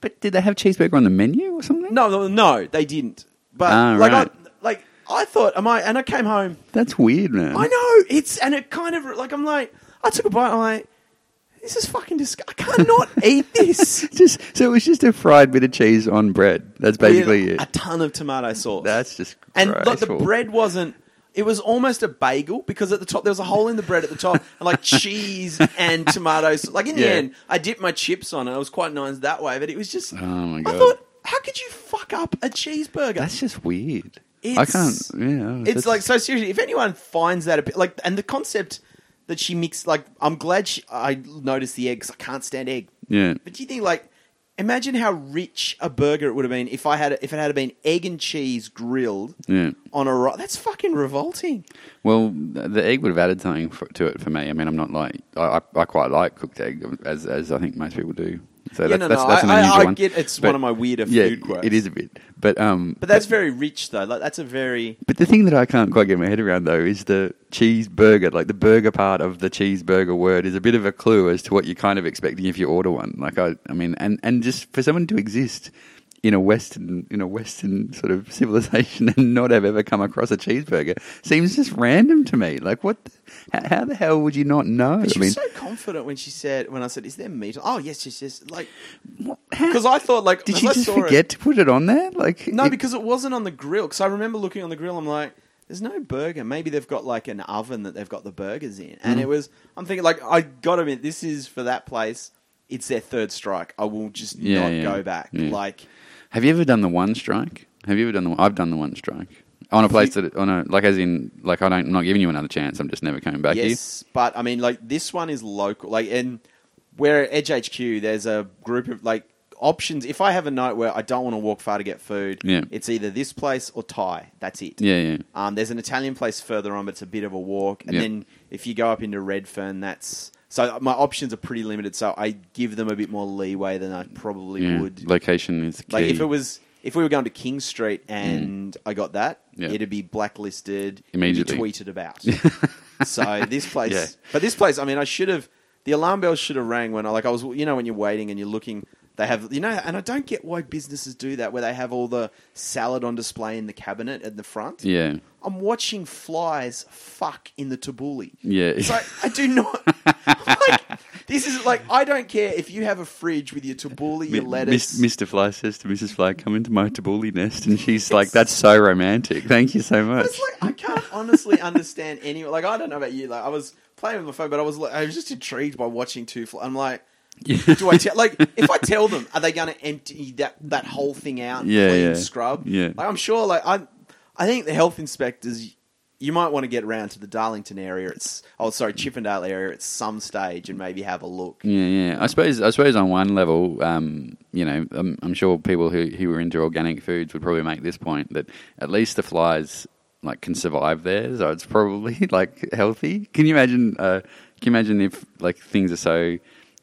Speaker 2: But did they have cheeseburger on the menu or something?
Speaker 1: No, no, no, they didn't. But
Speaker 2: Ah,
Speaker 1: like,
Speaker 2: right.
Speaker 1: I, like I thought, am I? And I came home.
Speaker 2: That's weird, man.
Speaker 1: I know it's, and it kind of like I'm like, I took a bite. I'm like, this is fucking disgusting. I cannot eat this.
Speaker 2: Just so it was just a fried bit of cheese on bread. That's basically
Speaker 1: With
Speaker 2: it.
Speaker 1: A ton of tomato sauce.
Speaker 2: That's just
Speaker 1: and like the
Speaker 2: graceful.
Speaker 1: bread wasn't. It was almost a bagel because at the top there was a hole in the bread at the top, and like cheese and tomatoes. Like in
Speaker 2: Yeah.
Speaker 1: the end, I dipped my chips on it. It was quite nice that way, but it was just.
Speaker 2: Oh my
Speaker 1: I
Speaker 2: God.
Speaker 1: thought, how could you fuck up a cheeseburger?
Speaker 2: That's just weird. I
Speaker 1: It's-
Speaker 2: can't. Yeah,
Speaker 1: It's
Speaker 2: that's-
Speaker 1: like so seriously. If anyone finds that a bit like, and the concept that she mixed, like, I'm glad she, I noticed the egg 'cause I can't stand egg.
Speaker 2: yeah,
Speaker 1: But do you think like, imagine how rich a burger it would have been if I had if it had been egg and cheese grilled
Speaker 2: yeah.
Speaker 1: on a ro- that's fucking revolting.
Speaker 2: Well, th- the egg would have added something for, to it for me. I mean, I'm not like I, I, I quite like cooked egg as as I think most people do. So
Speaker 1: yeah,
Speaker 2: that's,
Speaker 1: no,
Speaker 2: that's,
Speaker 1: no,
Speaker 2: that's an
Speaker 1: I,
Speaker 2: unusual
Speaker 1: I, I
Speaker 2: one.
Speaker 1: get it's
Speaker 2: But-
Speaker 1: one of my weirder
Speaker 2: yeah,
Speaker 1: food quirks.
Speaker 2: it is a bit. But um,
Speaker 1: but that's very rich though. Like that's a very
Speaker 2: But the thing that I can't quite get my head around though is the cheeseburger. Like the burger part of the cheeseburger word is a bit of a clue as to what you're kind of expecting if you order one. Like I, I mean, and and just for someone to exist in a Western in a Western sort of civilization and not have ever come across a cheeseburger seems just random to me. Like what? How, how the hell would you not know?
Speaker 1: But she
Speaker 2: I mean,
Speaker 1: was so confident when she said when I said, "Is there meat?" Oh yes, yes, yes. Like
Speaker 2: what- how-
Speaker 1: because I thought like
Speaker 2: did
Speaker 1: as
Speaker 2: she
Speaker 1: I
Speaker 2: just
Speaker 1: saw it-
Speaker 2: forget to put it on there? Like
Speaker 1: No,
Speaker 2: it-
Speaker 1: because it wasn't on the grill. Because I remember looking on the grill, I'm like, there's no burger. Maybe they've got like an oven that they've got the burgers in. And
Speaker 2: Hmm.
Speaker 1: it was, I'm thinking, like, I gotta admit, this is for that place, it's their third strike. I will just
Speaker 2: Yeah,
Speaker 1: not
Speaker 2: yeah,
Speaker 1: go back.
Speaker 2: yeah.
Speaker 1: Like,
Speaker 2: Have you ever done the one strike? Have you ever done the? I've done the one strike on a place that on a like as in like I don't. I'm not giving you another chance. I'm just never coming back
Speaker 1: yes, but I mean, like, this one is local. Like, and we're at Edge HQ, there's a group of like options. If I have a night where I don't want to walk far to get food,
Speaker 2: Yeah.
Speaker 1: it's either this place or Thai. That's it.
Speaker 2: here. Yeah, yeah,
Speaker 1: Um, there's an Italian place further on, but it's a bit of a walk. And
Speaker 2: Yeah.
Speaker 1: then if you go up into Redfern, that's So my options are pretty limited. So I give them a bit more leeway than I probably
Speaker 2: Yeah.
Speaker 1: would.
Speaker 2: Location is the key. Mm.
Speaker 1: Like if it was if we were going to King Street and I got that,
Speaker 2: Yeah.
Speaker 1: it'd be blacklisted it'd be
Speaker 2: Immediately.
Speaker 1: tweeted about. so this place,
Speaker 2: Yeah.
Speaker 1: but this place, I mean, I should have the alarm bells should have rang when I like I was you know when you're waiting and you're looking. They have you know, and I don't get why businesses do that where they have all the salad on display in the cabinet at the front.
Speaker 2: yeah,
Speaker 1: I'm watching flies fuck in the tabbouleh.
Speaker 2: yeah.
Speaker 1: It's like I do not. like, this is like I don't care if you have a fridge with your tabbouleh, your
Speaker 2: Mi-
Speaker 1: lettuce,
Speaker 2: Miss- Mr. Fly says to Mrs. Fly, "Come into my tabbouleh nest," and she's like, "That's so romantic. Thank you so much."
Speaker 1: It's like I can't honestly understand any. Like I don't know about you. Like I was playing with my phone, but I was like, I was just intrigued by watching two. Fl- I'm like,
Speaker 2: Yeah.
Speaker 1: do I tell? Like if I tell them, are they going to empty that that whole thing out? And
Speaker 2: Yeah,
Speaker 1: clean
Speaker 2: yeah.
Speaker 1: scrub.
Speaker 2: Yeah.
Speaker 1: like I'm sure. Like I, I think the health inspectors. You might want to get round to the Darlington area. It's oh sorry, Chippendale area at some stage and maybe have a look.
Speaker 2: Yeah, yeah. I suppose, I suppose, on one level, um, you know, I'm, I'm sure people who who were into organic foods would probably make this point that at least the flies like can survive there, so it's probably like healthy. Can you imagine? Uh, can you imagine if like things are so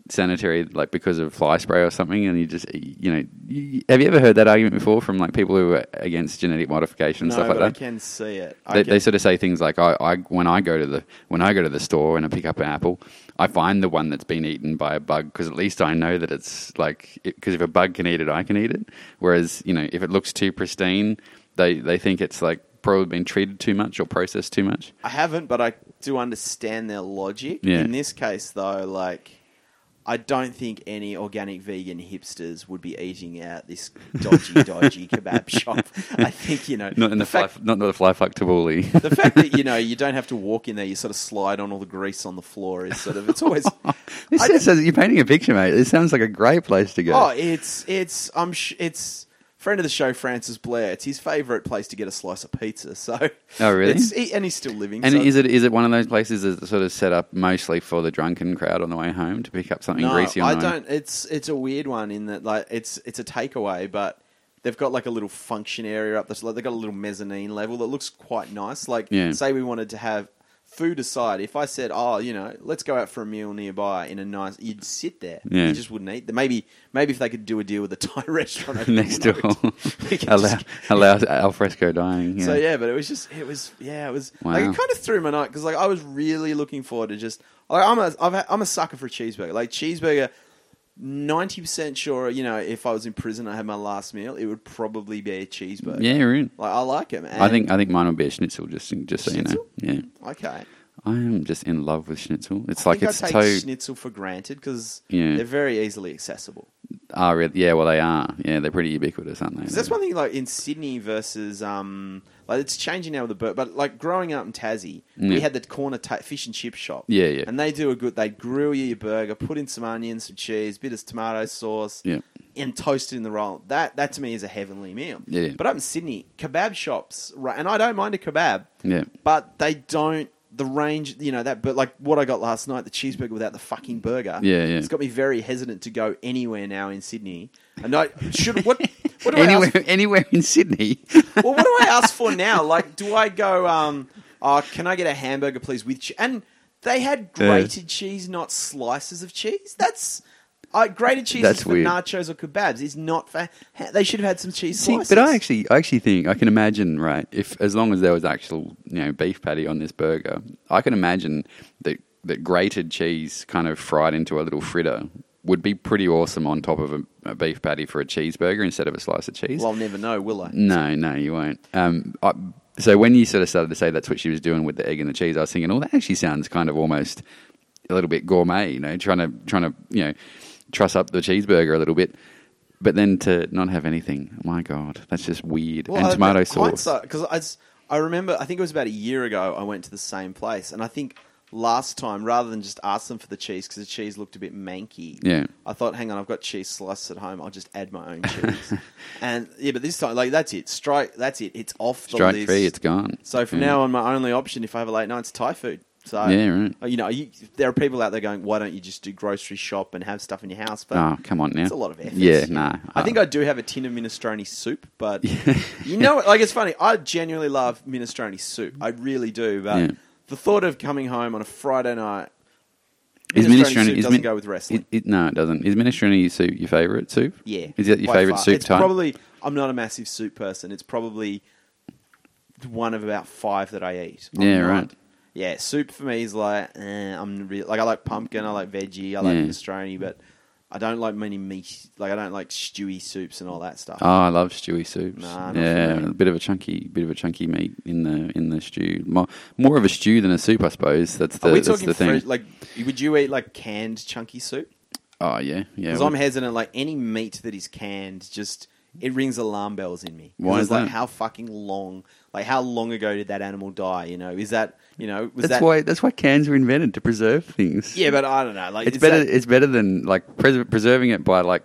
Speaker 2: sanitary, like because of fly spray or something, and you just, you know, you, have you ever heard that argument before from like people who are against genetic modification and
Speaker 1: No,
Speaker 2: stuff like
Speaker 1: but
Speaker 2: that?
Speaker 1: I can see it. I
Speaker 2: They,
Speaker 1: can-
Speaker 2: they sort of say things like, I, I, when I go to the when I go to the store and I pick up an apple, I find the one that's been eaten by a bug because at least I know that it's like because if a bug can eat it, I can eat it. Whereas you know if it looks too pristine, they they think it's like probably been treated too much or processed too much.
Speaker 1: I haven't, but I do understand their logic.
Speaker 2: Yeah.
Speaker 1: In this case, though, like I don't think any organic vegan hipsters would be eating out this dodgy, dodgy kebab shop. I think you know
Speaker 2: Not in the, fly,
Speaker 1: fact.
Speaker 2: not in the fly fuck tabbouleh.
Speaker 1: The fact that you know you don't have to walk in there, you sort of slide on all the grease on the floor is sort of it's always
Speaker 2: this
Speaker 1: I
Speaker 2: just says you're painting a picture, mate. It sounds like a great place to go.
Speaker 1: oh it's it's I'm sh- it's friend of the show Francis Blair. It's his favourite place to get a slice of pizza. So
Speaker 2: Oh, really?
Speaker 1: It's, he, and he's still living.
Speaker 2: And
Speaker 1: so
Speaker 2: is it is it one of those places that's sort of set up mostly for the drunken crowd on the way home to pick up something greasy? On
Speaker 1: I
Speaker 2: the way?
Speaker 1: don't. It's it's a weird one in that like it's it's a takeaway, but they've got like a little function area up this. Like they've got a little mezzanine level that looks quite nice. Like
Speaker 2: Yeah.
Speaker 1: say we wanted to have food aside, if I said, oh, you know, let's go out for a meal nearby in a nice, you'd sit there.
Speaker 2: Yeah.
Speaker 1: You just wouldn't eat. there. Maybe maybe if they could do a deal with a Thai restaurant over
Speaker 2: next door.
Speaker 1: We can
Speaker 2: allow,
Speaker 1: just-
Speaker 2: allow alfresco dining. Yeah.
Speaker 1: So yeah, but it was just it was yeah it was like
Speaker 2: Wow.
Speaker 1: it kind of threw my night because like I was really looking forward to just like I'm a I've, I'm a sucker for a cheeseburger like cheeseburger. Ninety percent sure, you know, if I was in prison, I had my last meal, it would probably be a cheeseburger.
Speaker 2: Yeah, you're in.
Speaker 1: like I like it, man.
Speaker 2: I think I think mine will be a schnitzel. Just just so
Speaker 1: Schnitzel?
Speaker 2: you know. Yeah,
Speaker 1: okay.
Speaker 2: I am just in love with schnitzel. It's
Speaker 1: I
Speaker 2: like
Speaker 1: think
Speaker 2: it's
Speaker 1: I take
Speaker 2: so.
Speaker 1: schnitzel for granted because
Speaker 2: Yeah.
Speaker 1: they're very easily accessible.
Speaker 2: Ah, really? yeah, well they are. Yeah, they're pretty ubiquitous, aren't they?
Speaker 1: 'Cause that's one thing, like in Sydney versus um, like it's changing now with the bird, but like growing up in Tassie,
Speaker 2: Yeah.
Speaker 1: we had the corner ta- fish and chip shop.
Speaker 2: Yeah, yeah.
Speaker 1: And they do a good. They grill you your burger, put in some onions, some cheese, bit of tomato sauce,
Speaker 2: Yeah.
Speaker 1: and toast it in the roll. That that to me is a heavenly meal.
Speaker 2: Yeah, yeah.
Speaker 1: But up in Sydney, kebab shops, right? And I don't mind a kebab.
Speaker 2: Yeah.
Speaker 1: But they don't. The range, you know that, but like what I got last night, the cheeseburger without the fucking burger.
Speaker 2: Yeah, yeah.
Speaker 1: It's got me very hesitant to go anywhere now in Sydney. And I should what? What do I ask
Speaker 2: Anywhere, anywhere in Sydney.
Speaker 1: well, what do I ask for now? Like, do I go, um, oh, can I get a hamburger, please, with cheese? And they had
Speaker 2: Yeah.
Speaker 1: grated cheese, not slices of cheese. That's. Uh, grated cheese
Speaker 2: That's
Speaker 1: is for
Speaker 2: weird.
Speaker 1: nachos or kebabs. Is not for. ha- They should have had some cheese
Speaker 2: See,
Speaker 1: slices.
Speaker 2: but I actually, I actually think I can imagine, right? If as long as there was actual, you know, beef patty on this burger, I can imagine that that grated cheese, kind of fried into a little fritter, would be pretty awesome on top of a, a beef patty for a cheeseburger instead of a slice of cheese.
Speaker 1: Well, I'll never know, will I?
Speaker 2: no, no, you won't. Um, I, so when you sort of started to say that's what she was doing with the egg and the cheese, I was thinking, oh, that actually sounds kind of almost a little bit gourmet, you know, trying to trying to you know truss up the cheeseburger a little bit. But then to not have anything, my God, that's just weird. and tomato sauce.
Speaker 1: Because I, remember, I think it was about a year ago, I went to the same place. And I think last time, rather than just ask them for the cheese, because the cheese looked a bit manky,
Speaker 2: Yeah.
Speaker 1: I thought, hang on, I've got cheese slices at home. I'll just add my own cheese. and yeah, but this time, like, that's it. Strike, that's it. It's off the
Speaker 2: Strike
Speaker 1: list.
Speaker 2: three, it's gone.
Speaker 1: So from
Speaker 2: Yeah.
Speaker 1: now on, my only option if I have a late night is Thai food. So uh,
Speaker 2: Yeah, right.
Speaker 1: You know, you, there are people out there going, "Why don't you just do grocery shop and have stuff in your house?" But
Speaker 2: Oh, come on now.
Speaker 1: it's a lot of effort.
Speaker 2: Yeah, nah.
Speaker 1: I think I do have a tin of minestrone soup, but you know, what, like it's funny. I genuinely love minestrone soup. I really do. But
Speaker 2: Yeah.
Speaker 1: the thought of coming home on a Friday night
Speaker 2: Is
Speaker 1: Minestrone
Speaker 2: minestrone
Speaker 1: soup
Speaker 2: is
Speaker 1: doesn't
Speaker 2: min-
Speaker 1: go with wrestling.
Speaker 2: It, it, no, it doesn't. Is minestrone your, soup, your favorite soup?
Speaker 1: yeah.
Speaker 2: Is that your
Speaker 1: by
Speaker 2: favorite
Speaker 1: far.
Speaker 2: soup
Speaker 1: It's
Speaker 2: type?
Speaker 1: probably. I'm not a massive soup person. It's probably one of about five that I eat. I'm
Speaker 2: Yeah,
Speaker 1: not-
Speaker 2: right.
Speaker 1: Yeah, soup for me is like eh, I'm re- like I like pumpkin, I like veggie, I like
Speaker 2: Yeah.
Speaker 1: minestrone, but I don't like many meat. Like I don't like stewy soups and all that stuff.
Speaker 2: Oh, I love stewy soups.
Speaker 1: Nah, not for
Speaker 2: yeah,
Speaker 1: me.
Speaker 2: a bit of a chunky, bit of a chunky meat in the in the stew. More, more of a stew than a soup, I suppose. That's the
Speaker 1: Are we
Speaker 2: that's
Speaker 1: talking
Speaker 2: the thing.
Speaker 1: fresh, like? Would you eat like canned chunky soup?
Speaker 2: oh yeah, yeah.
Speaker 1: Because I'm hesitant. Like any meat that is canned, just it rings alarm bells in me. 'Cause
Speaker 2: Why is
Speaker 1: it's like
Speaker 2: that?
Speaker 1: how fucking long? Like how long ago did that animal die? You know, is that you know was
Speaker 2: that's
Speaker 1: that?
Speaker 2: why that's why cans were invented to preserve things.
Speaker 1: yeah, but I don't know. Like
Speaker 2: It's
Speaker 1: is
Speaker 2: better.
Speaker 1: that-
Speaker 2: It's better than like pres- preserving it by like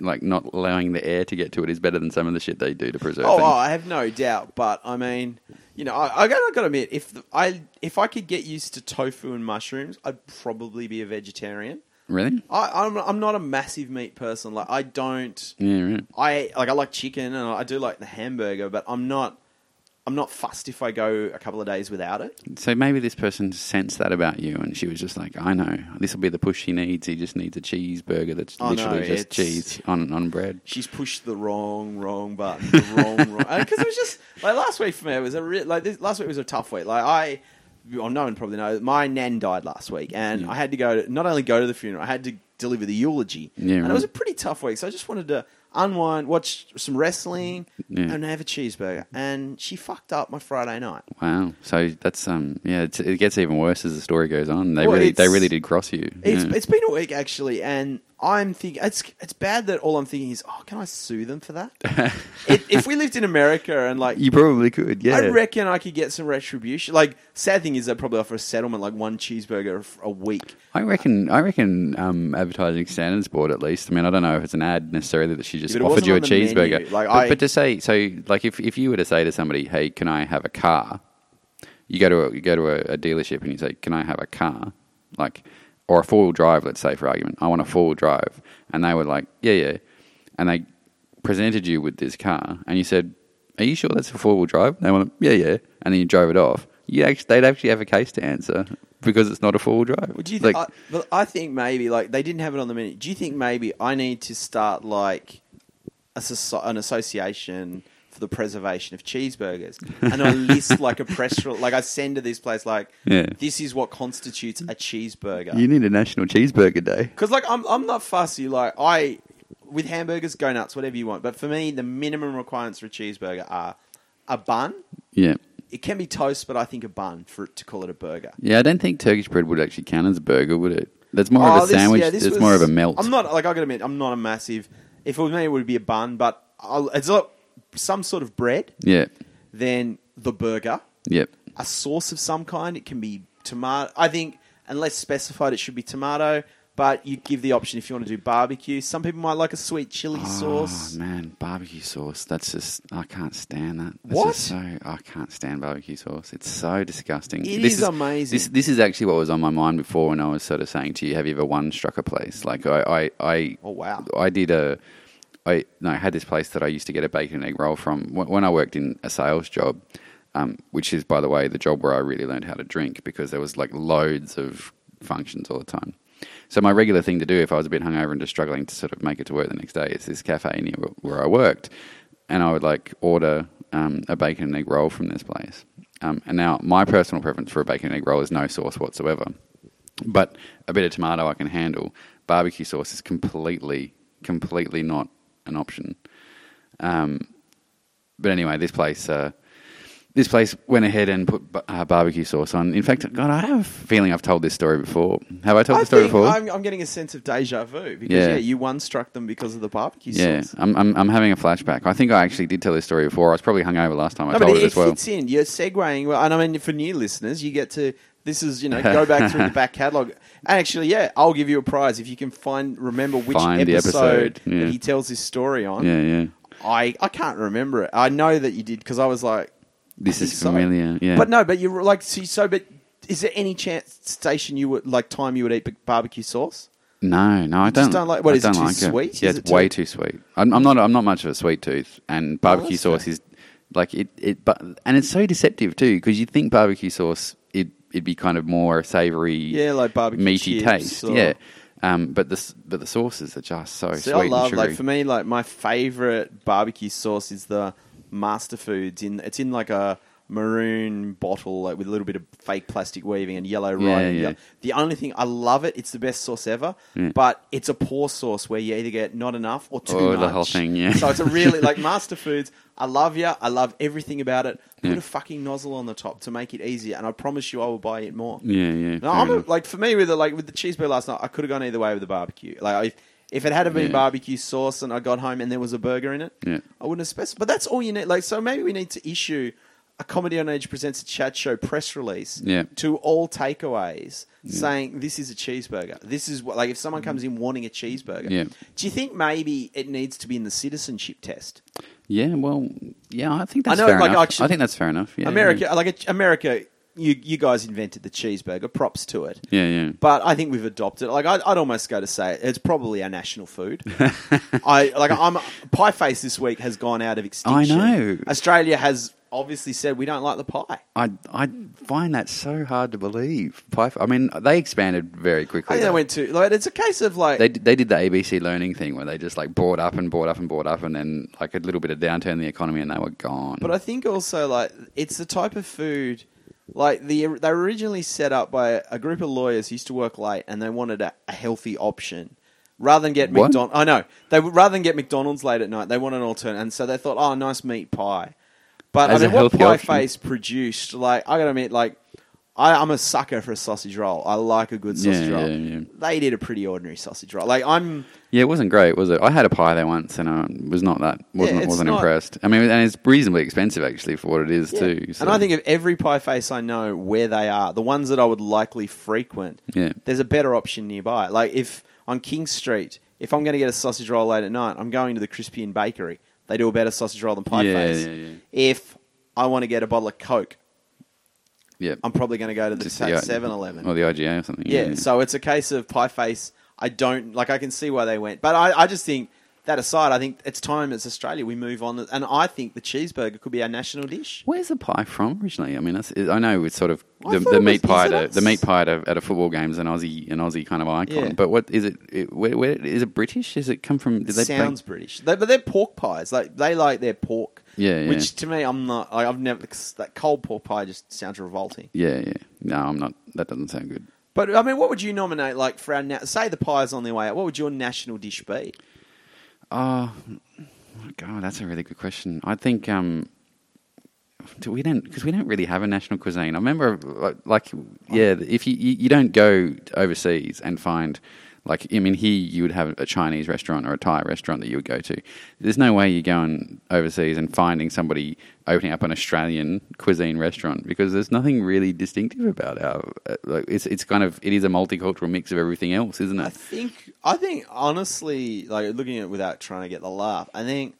Speaker 2: like not allowing the air to get to it is better than some of the shit they do to preserve.
Speaker 1: oh,
Speaker 2: things.
Speaker 1: oh, I have no doubt. But I mean, you know, I, I gotta, gotta admit, if the, I if I could get used to tofu and mushrooms, I'd probably be a vegetarian.
Speaker 2: really?
Speaker 1: I, I'm I'm not a massive meat person. Like I don't.
Speaker 2: Yeah, right.
Speaker 1: I like I like chicken and I do like the hamburger, but I'm not I'm not fussed if I go a couple of days without it.
Speaker 2: So maybe this person sensed that about you, and she was just like, "I know this will be the push he needs. He just needs a cheeseburger that's
Speaker 1: Oh, no,
Speaker 2: literally just
Speaker 1: it's-
Speaker 2: cheese on on bread."
Speaker 1: She's pushed the wrong, wrong button, the wrong, wrong. Because it was just like last week for me. It was a re- like this, last week was a tough week. Like I, well, no one probably knows. My nan died last week, and I had to go to, not only go to the funeral, I had to deliver the eulogy.
Speaker 2: Yeah,
Speaker 1: and
Speaker 2: right.
Speaker 1: it was a pretty tough week. So I just wanted to unwind, watch some wrestling,
Speaker 2: Yeah.
Speaker 1: and have a cheeseburger. And she fucked up my Friday night.
Speaker 2: Wow. So that's um yeah, it's, it gets even worse as the story goes on. They
Speaker 1: Well,
Speaker 2: really
Speaker 1: it's-
Speaker 2: they really did cross you.
Speaker 1: It's,
Speaker 2: yeah.
Speaker 1: it's been a week actually, and I'm thinking it's it's bad that all I'm thinking is, oh, can I sue them for that? if, if we lived in America and like,
Speaker 2: you probably could. Yeah.
Speaker 1: I reckon I could get some retribution. Like, sad thing is they probably offer a settlement, like one cheeseburger f- a week.
Speaker 2: I reckon. I reckon. Um, advertising standards board. At least. I mean, I don't know if it's an ad necessarily that she just
Speaker 1: But it wasn't
Speaker 2: offered you a
Speaker 1: on the menu.
Speaker 2: cheeseburger.
Speaker 1: Like,
Speaker 2: but,
Speaker 1: I-
Speaker 2: but to say so, like if if you were to say to somebody, "Hey, can I have a car?" You go to a, you go to a, a dealership and you say, "Can I have a car?" Like, or a four wheel drive. Let's say for argument, I want a four wheel drive, and they were like, "Yeah, yeah," and they presented you with this car, and you said, "Are you sure that's a four wheel drive?" And they went, "Yeah, yeah," and then you drove it off. You actually, they'd actually have a case to answer because it's not a four wheel drive.
Speaker 1: Would you?
Speaker 2: Like-
Speaker 1: Th- I, but I think maybe like they didn't have it on the menu. Do you think maybe I need to start like a soci- an association for the preservation of cheeseburgers, and I list like a press rel- like I send to this place like,
Speaker 2: Yeah.
Speaker 1: this is what constitutes a cheeseburger.
Speaker 2: You need a national cheeseburger day.
Speaker 1: Because like I'm, I'm not fussy. Like I, with hamburgers, go nuts, whatever you want. But for me, the minimum requirements for a cheeseburger are a bun.
Speaker 2: Yeah.
Speaker 1: It can be toast, but I think a bun for it to call it a burger.
Speaker 2: Yeah, I don't think Turkish bread would actually count as a burger, would it? That's more of a
Speaker 1: Oh, this-
Speaker 2: sandwich.
Speaker 1: yeah, this
Speaker 2: it's
Speaker 1: was-
Speaker 2: more of a melt.
Speaker 1: I'm not like I gotta admit, I'm not a massive. If it was me, it would be a bun, but I'll, it's not some sort of bread.
Speaker 2: Yeah.
Speaker 1: Then the burger,
Speaker 2: Yep.
Speaker 1: a sauce of some kind. It can be tomato. I think unless specified, it should be tomato. But you give the option if you want to do barbecue. Some people might like a sweet chili sauce.
Speaker 2: Oh man, barbecue sauce. That's just I can't stand that. That's
Speaker 1: What?
Speaker 2: just so I can't stand barbecue sauce. It's so disgusting.
Speaker 1: It is amazing.
Speaker 2: This this is actually what was on my mind before when I was sort of saying to you, have you ever one struck a place? Like I I, I
Speaker 1: Oh, wow.
Speaker 2: I did a I no, I had this place that I used to get a bacon and egg roll from when, when I worked in a sales job. Um, which is, by the way, the job where I really learned how to drink because there was like loads of functions all the time. So my regular thing to do if I was a bit hungover and just struggling to sort of make it to work the next day is this cafe near wh- where I worked, and I would like order um, a bacon and egg roll from this place. Um, and now my personal preference for a bacon and egg roll is no sauce whatsoever, but a bit of tomato I can handle. Barbecue sauce is completely, completely not an option. Um, but anyway, this place. Uh, this place went ahead and put ba- uh, barbecue sauce on. In fact, God, I have a feeling I've told this story before. Have I told
Speaker 1: I
Speaker 2: this story
Speaker 1: think
Speaker 2: before?
Speaker 1: I'm, I'm getting a sense of deja vu because yeah,
Speaker 2: Yeah.
Speaker 1: you one struck them because of the barbecue
Speaker 2: Yeah,
Speaker 1: sauce.
Speaker 2: I'm, I'm, I'm having a flashback. I think I actually did tell this story before. I was probably hungover last time I
Speaker 1: No, but
Speaker 2: told
Speaker 1: it,
Speaker 2: it, as well.
Speaker 1: fits in. You're segueing, well, and I mean for new listeners, you get to this is you know go back through the back catalogue. And actually, yeah, I'll give you a prize if you can find remember which
Speaker 2: Find the
Speaker 1: episode,
Speaker 2: episode, yeah.
Speaker 1: that he tells his story on.
Speaker 2: Yeah, yeah.
Speaker 1: I I can't remember it. I know that you did because I was like,
Speaker 2: This
Speaker 1: I
Speaker 2: is
Speaker 1: think so.
Speaker 2: familiar. Yeah,
Speaker 1: But no, but you were like so, so. But is there any chance station you would like time you would eat b- barbecue sauce?
Speaker 2: no, no, I don't,
Speaker 1: just don't like- what,
Speaker 2: I
Speaker 1: is it
Speaker 2: don't
Speaker 1: too
Speaker 2: like
Speaker 1: sweet?
Speaker 2: Yeah,
Speaker 1: Is
Speaker 2: it's
Speaker 1: it too- Oh,
Speaker 2: way too sweet. I'm, I'm not I'm not much of a sweet tooth, and barbecue
Speaker 1: that's
Speaker 2: sauce
Speaker 1: fair.
Speaker 2: is like it it but and it's so deceptive too because you think barbecue sauce it it'd be kind of more savoury,
Speaker 1: Yeah, like barbecue
Speaker 2: meaty
Speaker 1: chips
Speaker 2: taste.
Speaker 1: or-
Speaker 2: Yeah, um, but the s- but the sauces are just so
Speaker 1: See,
Speaker 2: sweet
Speaker 1: I love
Speaker 2: and sugary.
Speaker 1: like for me like my favorite barbecue sauce is the Master Foods in it's in like a maroon bottle like with a little bit of fake plastic weaving and yellow
Speaker 2: Yeah,
Speaker 1: writing.
Speaker 2: yeah. Mm.
Speaker 1: Yellow- The only thing I love it, it's the best sauce ever,
Speaker 2: Yeah.
Speaker 1: but it's a poor sauce where you either get not enough or too
Speaker 2: Or
Speaker 1: much.
Speaker 2: Oh, the whole thing, yeah.
Speaker 1: So it's a really like Master Foods. I love you. I love everything about it. Put
Speaker 2: Yeah.
Speaker 1: a fucking nozzle on the top to make it easier, and I promise you, I will buy it more.
Speaker 2: yeah, yeah.
Speaker 1: No,
Speaker 2: fair
Speaker 1: I'm a,
Speaker 2: enough.
Speaker 1: like for me with the like with the cheeseburger last night, I could have gone either way with the barbecue. Like if if it had have been
Speaker 2: Yeah.
Speaker 1: barbecue sauce and I got home and there was a burger in it,
Speaker 2: Yeah.
Speaker 1: I wouldn't have specified. But that's all you need. Like so, maybe we need to issue a comedy on age presents a chat show press release
Speaker 2: Yeah.
Speaker 1: to all takeaways saying this is a cheeseburger. This is what like if someone comes in wanting a cheeseburger.
Speaker 2: Yeah.
Speaker 1: Do you think maybe it needs to be in the citizenship test?
Speaker 2: yeah, well, yeah. I think
Speaker 1: I
Speaker 2: that's
Speaker 1: know,
Speaker 2: fair
Speaker 1: like,
Speaker 2: enough.
Speaker 1: I should-
Speaker 2: I think that's fair enough. Yeah,
Speaker 1: America, like America, you you guys invented the cheeseburger. Props to it.
Speaker 2: Yeah, yeah. yeah.
Speaker 1: But I think we've adopted. Like I'd, I'd almost go to say it, it's probably our national food. I like I'm pie face this week has gone out of extinction.
Speaker 2: know.
Speaker 1: Australia has obviously said we don't like the pie.
Speaker 2: I I find that so hard to believe. Pie, I mean, they expanded very
Speaker 1: I
Speaker 2: quickly.
Speaker 1: think they
Speaker 2: though.
Speaker 1: went to like it's a case of like
Speaker 2: they did, they did the ABC learning thing where they just like bought up and bought up and bought up and then like a little bit of downturn in the economy and they were gone.
Speaker 1: But I think also like it's the type of food, like the they were originally set up by a group of lawyers who used to work late and they wanted a, a healthy option. Rather than get
Speaker 2: What?
Speaker 1: McDonald's, I know they would rather than get McDonald's late at night, they want an alternate, and so they thought, oh, nice meat pie. But
Speaker 2: As
Speaker 1: I
Speaker 2: a
Speaker 1: mean, what
Speaker 2: healthy
Speaker 1: pie
Speaker 2: option.
Speaker 1: face produced? Like I gotta admit, like I, I'm a sucker for a sausage roll. I like a good
Speaker 2: Yeah,
Speaker 1: sausage roll.
Speaker 2: yeah, yeah.
Speaker 1: They did a pretty ordinary sausage roll. Like I'm,
Speaker 2: yeah, it wasn't great, was it? I had a pie there once and I was not that wasn't
Speaker 1: it's
Speaker 2: wasn't
Speaker 1: not-
Speaker 2: impressed. I mean, and it's reasonably expensive actually for what it is too. so-
Speaker 1: And I think of every pie face I know where they are, the ones that I would likely frequent,
Speaker 2: Yeah.
Speaker 1: there's a better option nearby. Like if on King Street, if I'm going to get a sausage roll late at night, I'm going to the Crispy and Bakery. They do a better sausage roll than Pie
Speaker 2: Yeah,
Speaker 1: Face.
Speaker 2: yeah, yeah.
Speaker 1: If I want to get a bottle of Coke,
Speaker 2: yeah,
Speaker 1: I'm probably going to go to the
Speaker 2: just Oh, the I-
Speaker 1: 7 Eleven.
Speaker 2: or the IGA or something.
Speaker 1: Yeah, so it's a case of pie face. I don't like. I can see why they went, but I, I just think that aside, I think it's time as Australia we move on, and I think the cheeseburger could be our national dish.
Speaker 2: Where's the pie from originally? I mean, that's, I know it's sort of
Speaker 1: I
Speaker 2: the,
Speaker 1: thought
Speaker 2: the
Speaker 1: it was-
Speaker 2: meat pie.
Speaker 1: is it
Speaker 2: To, the
Speaker 1: us?
Speaker 2: meat pie at a, at a football game is an Aussie, an Aussie kind of icon.
Speaker 1: Yeah.
Speaker 2: But what is it? it where, where, is it British? Is it come from? Did they bake-
Speaker 1: sounds British, they, but they're pork pies. Like they like their pork.
Speaker 2: Yeah, yeah.
Speaker 1: Which to me, I'm not. Like, I've never 'cause that cold pork pie just sounds revolting.
Speaker 2: Yeah, yeah. No, I'm not. That doesn't sound good.
Speaker 1: But I mean, what would you nominate? Like for our na- say the pie's on their way out. What would your national dish be?
Speaker 2: Oh, my God, that's a really good question. I think um, do we don't because we don't really have a national cuisine. I remember like, like yeah, if you, you you don't go overseas and find like I mean here you would have a Chinese restaurant or a Thai restaurant that you would go to. There's no way you're going overseas and finding somebody opening up an Australian cuisine restaurant because there's nothing really distinctive about our uh, like it's it's kind of it is a multicultural mix of everything else, isn't
Speaker 1: I
Speaker 2: it?
Speaker 1: think. I think honestly, like looking at it without trying to get the laugh, I think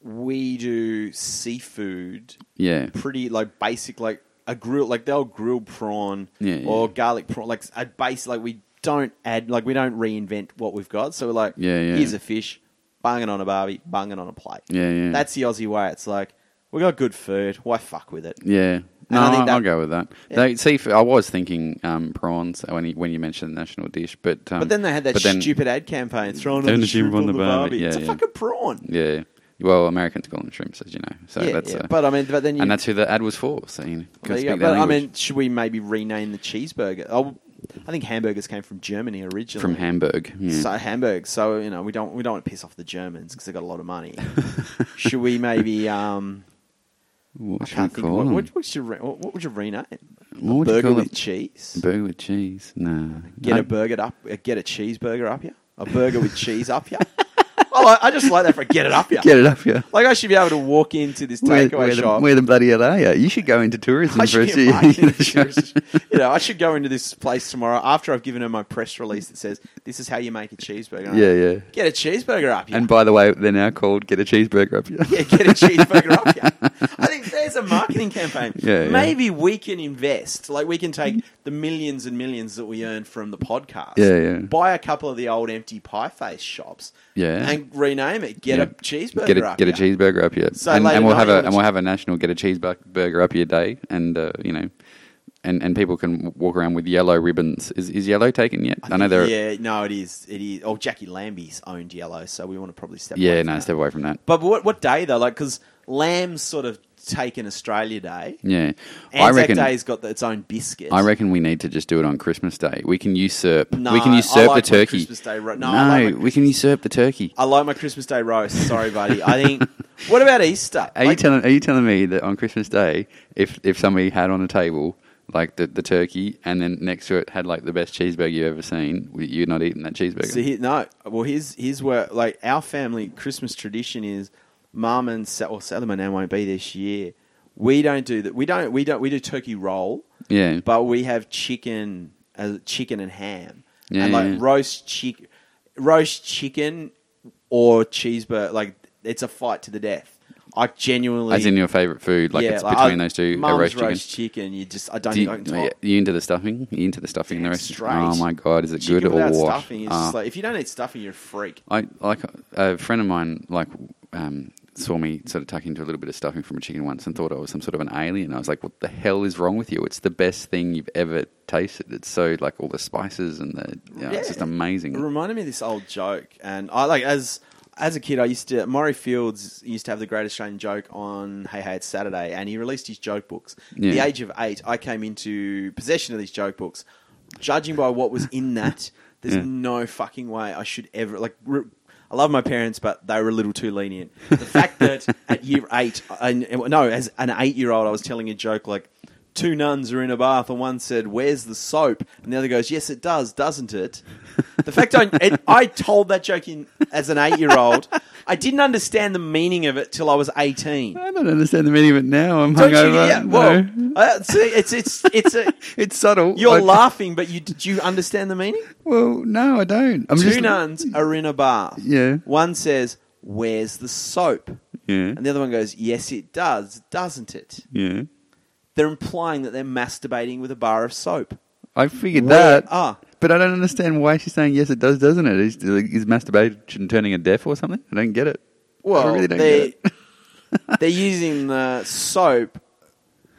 Speaker 1: we do seafood
Speaker 2: Yeah.
Speaker 1: pretty like basic like a grill like they'll grill prawn
Speaker 2: Yeah, yeah.
Speaker 1: or garlic prawn like a base like we don't add like we don't reinvent what we've got so we're like
Speaker 2: Yeah, yeah.
Speaker 1: here's a fish bung it on a barbie bung it on a plate
Speaker 2: Yeah, yeah.
Speaker 1: that's the aussie way it's like we got good food why fuck with it
Speaker 2: Yeah. No,
Speaker 1: I
Speaker 2: I
Speaker 1: think that-
Speaker 2: will go with that.
Speaker 1: Yeah.
Speaker 2: They, see, I was thinking um, prawns when you, when you mentioned the national dish, but um,
Speaker 1: but then they had that
Speaker 2: but then-
Speaker 1: stupid ad campaign throwing
Speaker 2: Then
Speaker 1: on the
Speaker 2: the shrimp
Speaker 1: shrimp on the barbie,
Speaker 2: yeah,
Speaker 1: it's a
Speaker 2: yeah.
Speaker 1: fucking prawn
Speaker 2: Yeah. Well, Americans call them shrimps, as you know. So
Speaker 1: yeah,
Speaker 2: that's
Speaker 1: yeah.
Speaker 2: uh,
Speaker 1: but i mean but then you
Speaker 2: and that's who the ad was for. So you know,
Speaker 1: There
Speaker 2: gotta
Speaker 1: you go.
Speaker 2: speak
Speaker 1: But
Speaker 2: that
Speaker 1: I
Speaker 2: language.
Speaker 1: mean, should we maybe rename the cheeseburger? Oh, I think hamburgers came from Germany originally.
Speaker 2: from Hamburg. Yeah.
Speaker 1: So Hamburg. So you know, we don't we don't want to piss off the Germans because they got a lot of money. should we maybe? Um, I
Speaker 2: what should we
Speaker 1: can't think. Of
Speaker 2: call
Speaker 1: what,
Speaker 2: them?
Speaker 1: what, what should re- what, what would you rename?
Speaker 2: What would you
Speaker 1: burger
Speaker 2: call
Speaker 1: with
Speaker 2: it?
Speaker 1: cheese.
Speaker 2: Burger with cheese? No.
Speaker 1: get
Speaker 2: I-
Speaker 1: a burger up. uh, Get a cheeseburger up here. A burger with cheese up here. I, like, I just like that for get it up here.
Speaker 2: Get it up here.
Speaker 1: Like I should be able to walk into this
Speaker 2: Where,
Speaker 1: takeaway
Speaker 2: where the,
Speaker 1: shop.
Speaker 2: where the bloody hell are you? You should go into tourism
Speaker 1: I
Speaker 2: for a
Speaker 1: should get
Speaker 2: few-
Speaker 1: marketing materials. you know, I should go into this place tomorrow after I've given her my press release that says this is how you make a cheeseburger.
Speaker 2: Yeah, yeah.
Speaker 1: Get a cheeseburger up here.
Speaker 2: And by the way, they're now called Get a Cheeseburger Up Here.
Speaker 1: yeah, get a cheeseburger up here. I think there's a marketing campaign.
Speaker 2: Yeah, yeah.
Speaker 1: Maybe we can invest. Like we can take the millions and millions that we earn from the podcast.
Speaker 2: Yeah, yeah.
Speaker 1: Buy a couple of the old empty pie face shops.
Speaker 2: Yeah.
Speaker 1: And rename it. Get
Speaker 2: Yeah.
Speaker 1: a cheeseburger
Speaker 2: get a,
Speaker 1: up
Speaker 2: get a
Speaker 1: here.
Speaker 2: cheeseburger up here,
Speaker 1: So
Speaker 2: and,
Speaker 1: later
Speaker 2: and we'll have
Speaker 1: night
Speaker 2: a
Speaker 1: on a
Speaker 2: and we'll have a national get a cheeseburger up here day, and uh, you know, and, and people can walk around with yellow ribbons. Is, is yellow taken yet? I, know there. Are,
Speaker 1: Yeah, no, it is. It is. Oh, Jackie Lambie's owned yellow, so we want to probably step.
Speaker 2: yeah,
Speaker 1: away
Speaker 2: no,
Speaker 1: from
Speaker 2: step away from that.
Speaker 1: But what what day though? Like because Lamb's sort of taken Australia Day.
Speaker 2: Yeah, Mm, I
Speaker 1: Anzac
Speaker 2: reckon.
Speaker 1: Day's got the, its own biscuit.
Speaker 2: I reckon we need to just do it on Christmas Day. We can usurp.
Speaker 1: No,
Speaker 2: we can
Speaker 1: I
Speaker 2: usurp
Speaker 1: like
Speaker 2: the
Speaker 1: my
Speaker 2: turkey.
Speaker 1: Christmas Day ro- no,
Speaker 2: no,
Speaker 1: I like my-
Speaker 2: we can usurp the turkey.
Speaker 1: I like my Christmas Day roast. Sorry, buddy. I think. What about Easter?
Speaker 2: Are you
Speaker 1: Like,
Speaker 2: telling Are you telling me that on Christmas Day, if if somebody had on a table like the, the turkey, and then next to it had like the best cheeseburger you've ever seen, you're not eating that cheeseburger?
Speaker 1: So he, no, well, here's here's where like our family Christmas tradition is, mum and Sa- well, Sally, my nan won't be this year. We don't do that. We don't. We don't. We do turkey roll,
Speaker 2: yeah,
Speaker 1: but we have chicken, uh, chicken and ham,
Speaker 2: Yeah,
Speaker 1: and like
Speaker 2: yeah, yeah.
Speaker 1: roast chick, roast chicken or cheeseburger. Like it's a fight to the death. I genuinely,
Speaker 2: as in your favorite food, like
Speaker 1: yeah,
Speaker 2: it's
Speaker 1: like,
Speaker 2: between
Speaker 1: I-
Speaker 2: those two, a
Speaker 1: mum's
Speaker 2: roast chicken.
Speaker 1: roast chicken. You just, I don't,
Speaker 2: Do you,
Speaker 1: I don't
Speaker 2: are
Speaker 1: talk.
Speaker 2: you into the stuffing? Are you into the stuffing? and the
Speaker 1: Damn
Speaker 2: rest?
Speaker 1: straight.
Speaker 2: Oh my god, is it
Speaker 1: Chicken
Speaker 2: good or
Speaker 1: without
Speaker 2: what?
Speaker 1: stuffing is
Speaker 2: Ah.
Speaker 1: just like if you don't eat stuffing, you're a freak.
Speaker 2: I like a friend of mine like um, saw me sort of tuck into a little bit of stuffing from a chicken once and thought I was some sort of an alien. I was like, "What the hell is wrong with you? It's the best thing you've ever tasted. It's so like all the spices and the you know, it's just
Speaker 1: Yeah.
Speaker 2: amazing."
Speaker 1: It reminded me of this old joke, and I like as as a kid, I used to Murray Fields used to have the Great Australian Joke on Hey Hey It's Saturday, and he released his joke books. At the
Speaker 2: Yeah.
Speaker 1: age of eight, I came into possession of these joke books. Judging by what was in that, there's
Speaker 2: Yeah.
Speaker 1: no fucking way I should ever like. Re- I love my parents, but they were a little too lenient. The fact that at year eight, and no, as an eight-year-old, I was telling a joke like, two nuns are in a bath, and one said, "Where's the soap?" and the other goes, "Yes, it does, doesn't it?" The fact I it, I told that joke in as an eight-year-old, I didn't understand the meaning of it till I was eighteen.
Speaker 2: I don't understand the meaning of it now. I'm
Speaker 1: Don't you?
Speaker 2: hungover.
Speaker 1: Yeah, well, uh, see, it's it's it's a.
Speaker 2: it's subtle.
Speaker 1: You're
Speaker 2: I-
Speaker 1: laughing, but you did you understand the meaning?
Speaker 2: Well, no, I don't. I'm
Speaker 1: Two
Speaker 2: just
Speaker 1: nuns are in a bath.
Speaker 2: Yeah.
Speaker 1: One says, "Where's the soap?"
Speaker 2: Yeah,
Speaker 1: And the other one goes, "Yes, it does, doesn't it?"
Speaker 2: yeah.
Speaker 1: They're implying that they're masturbating with a bar of soap. Ah,
Speaker 2: I figured
Speaker 1: Where
Speaker 2: that.
Speaker 1: are-
Speaker 2: But I don't understand why she's saying yes. It does, doesn't it? Is, is masturbation turning a deaf or something? I don't get it.
Speaker 1: Well,
Speaker 2: I really don't
Speaker 1: they,
Speaker 2: get it.
Speaker 1: they're using the soap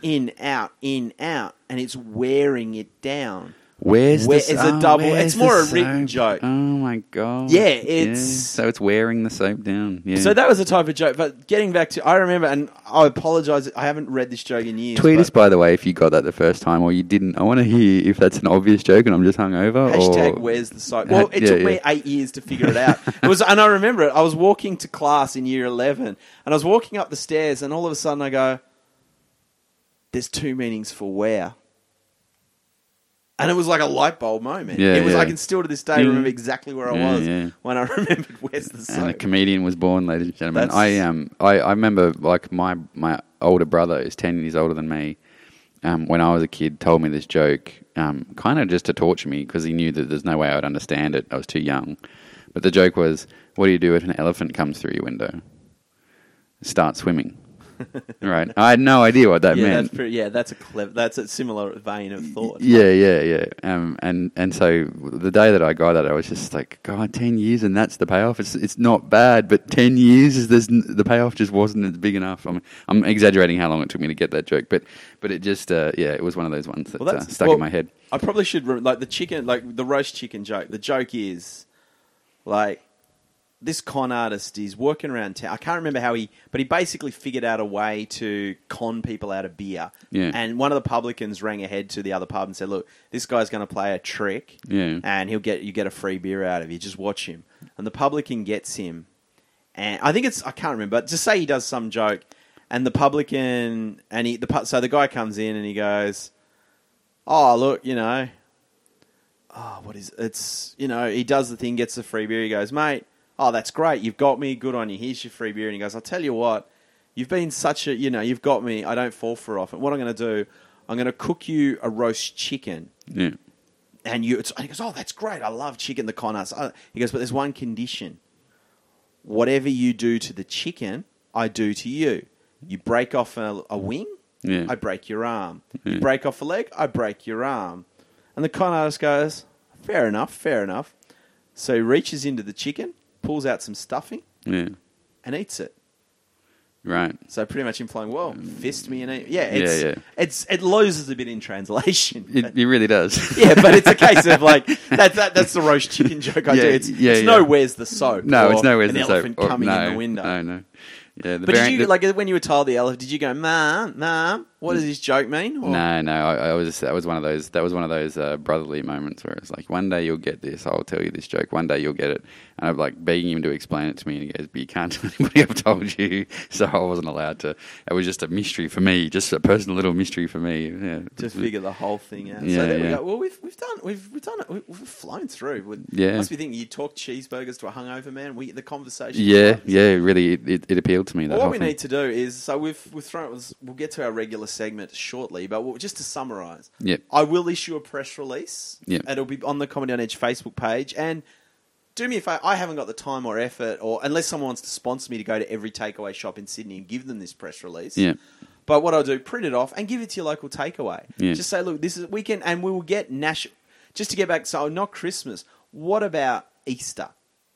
Speaker 1: in out in out, and it's wearing it down.
Speaker 2: Where's
Speaker 1: Where-
Speaker 2: the,
Speaker 1: it's
Speaker 2: s-
Speaker 1: a
Speaker 2: oh,
Speaker 1: double-
Speaker 2: where's
Speaker 1: it's more
Speaker 2: the
Speaker 1: a written
Speaker 2: soap?
Speaker 1: joke.
Speaker 2: Oh my god!
Speaker 1: Yeah, it's-
Speaker 2: so it's wearing the soap down. Yeah.
Speaker 1: So that was the type of joke. But getting back to, I remember, and I apologize, I haven't read this joke in years.
Speaker 2: tweet
Speaker 1: but
Speaker 2: us by the way if you got that the first time or you didn't. I want to hear if that's an obvious joke and I'm just hungover.
Speaker 1: Hashtag
Speaker 2: or...
Speaker 1: where's the soap? Well, it
Speaker 2: Yeah,
Speaker 1: took
Speaker 2: yeah.
Speaker 1: me eight years to figure it out. It was, and I remember it. I was walking to class in year eleven, and I was walking up the stairs, and all of a sudden I go, "There's two meanings for where," and it was like a light bulb moment.
Speaker 2: Yeah,
Speaker 1: it was.
Speaker 2: yeah.
Speaker 1: I can still to this day
Speaker 2: Yeah.
Speaker 1: remember exactly where I
Speaker 2: Yeah,
Speaker 1: was
Speaker 2: yeah.
Speaker 1: when I remembered where's the
Speaker 2: and a
Speaker 1: soap.
Speaker 2: comedian was born, ladies and gentlemen.
Speaker 1: That's-
Speaker 2: I um I, I remember like my my older brother is ten years older than me. Um, when I was a kid, told me this joke, um, kind of just to torture me because he knew that there's no way I would understand it. I was too young. But the joke was, what do you do if an elephant comes through your window? Start swimming. right. I had no idea what that
Speaker 1: yeah,
Speaker 2: meant.
Speaker 1: that's pretty, yeah, that's a clever. That's a similar vein of thought.
Speaker 2: Yeah, yeah, yeah. Um, and and so the day that I got that, I was just like, God, ten years, and that's the payoff. It's it's not bad, but ten years is there's n- the payoff just wasn't as big enough. I'm I'm exaggerating how long it took me to get that joke, but but it just uh, yeah, it was one of those ones that uh, stuck in
Speaker 1: well,
Speaker 2: my head.
Speaker 1: I probably should re- like the chicken, like the roast chicken joke. The joke is like this con artist is working around town. I can't remember how he, but he basically figured out a way to con people out of beer.
Speaker 2: Yeah.
Speaker 1: And one of the publicans rang ahead to the other pub and said, "Look, this guy's going to play a trick.
Speaker 2: Yeah.
Speaker 1: And he'll get you get a free beer out of you. Just watch him." And the publican gets him, and I think it's I can't remember. But just say he does some joke, and the publican and he the pu- so the guy comes in and he goes, "Oh look, you know, oh what is it's you know he does the thing, gets the free beer. He goes, mate, oh that's great, you've got me, good on you. Here's your free beer." And he goes, "I'll tell you what, you've been such a you know you've got me. I don't fall for it often. What I'm going to do, I'm going to cook you a roast chicken."
Speaker 2: Yeah,
Speaker 1: and you, it's, and he goes, oh, that's great. I love chicken. The con artist. Uh, He goes, but there's one condition. Whatever you do to the chicken, I do to you. You break off a, a wing,
Speaker 2: Yeah.
Speaker 1: I break your arm.
Speaker 2: Yeah.
Speaker 1: You break off a leg, I break your arm. And the con artist goes, fair enough, fair enough. So he reaches into the chicken, pulls out some stuffing,
Speaker 2: yeah.
Speaker 1: and eats it.
Speaker 2: Right.
Speaker 1: So pretty much implying, well, fist me in it. Yeah,
Speaker 2: Mm. Yeah,
Speaker 1: it's,
Speaker 2: yeah.
Speaker 1: it's it loses a bit in translation.
Speaker 2: It, it really does.
Speaker 1: yeah, but it's a case of like that, that that's the roast chicken joke I
Speaker 2: Yeah,
Speaker 1: do. It's,
Speaker 2: yeah,
Speaker 1: it's
Speaker 2: yeah.
Speaker 1: no where's the soap.
Speaker 2: no,
Speaker 1: or
Speaker 2: it's nowhere.
Speaker 1: an
Speaker 2: the
Speaker 1: elephant
Speaker 2: soap. Or-
Speaker 1: coming
Speaker 2: no,
Speaker 1: in the window.
Speaker 2: No, no. Yeah, the
Speaker 1: But
Speaker 2: variant-
Speaker 1: did
Speaker 2: the-
Speaker 1: you like when you were told the elephant? Did you go, "Mom, mom, what does this joke mean?" Or,
Speaker 2: No, no, I, I was that was one of those that was one of those uh, brotherly moments where it's like one day you'll get this, I'll tell you this joke, one day you'll get it, and I'm like begging him to explain it to me, and he goes, "But you can't tell anybody I've told you," so I wasn't allowed to. It was just a mystery for me, just a personal little mystery for me. Yeah, Mm.
Speaker 1: to figure the whole thing out.
Speaker 2: Yeah,
Speaker 1: so there we
Speaker 2: yeah.
Speaker 1: go. Well, we've we've done we've we've done it. We've, we've flown through. We,
Speaker 2: Yeah.
Speaker 1: must be thinking you talk cheeseburgers to a hungover man. We the conversation.
Speaker 2: yeah, yeah, really, it, it, it appealed to me. That
Speaker 1: Well, what
Speaker 2: whole
Speaker 1: we
Speaker 2: thing.
Speaker 1: need to do is so we've we've thrown it. We'll get to our regular segment shortly, but we'll, just to summarise,
Speaker 2: Yep.
Speaker 1: I will issue a press release.
Speaker 2: Yep.
Speaker 1: it'll be on the Comedy on Edge Facebook page and. Do me a favour. I haven't got the time or effort, or unless someone wants to sponsor me to go to every takeaway shop in Sydney and give them this press release.
Speaker 2: yeah,
Speaker 1: But what I'll do, print it off and give it to your local takeaway.
Speaker 2: Yeah.
Speaker 1: Just say, look, this is we can, and we will get national. Just to get back, so not Christmas. What about Easter?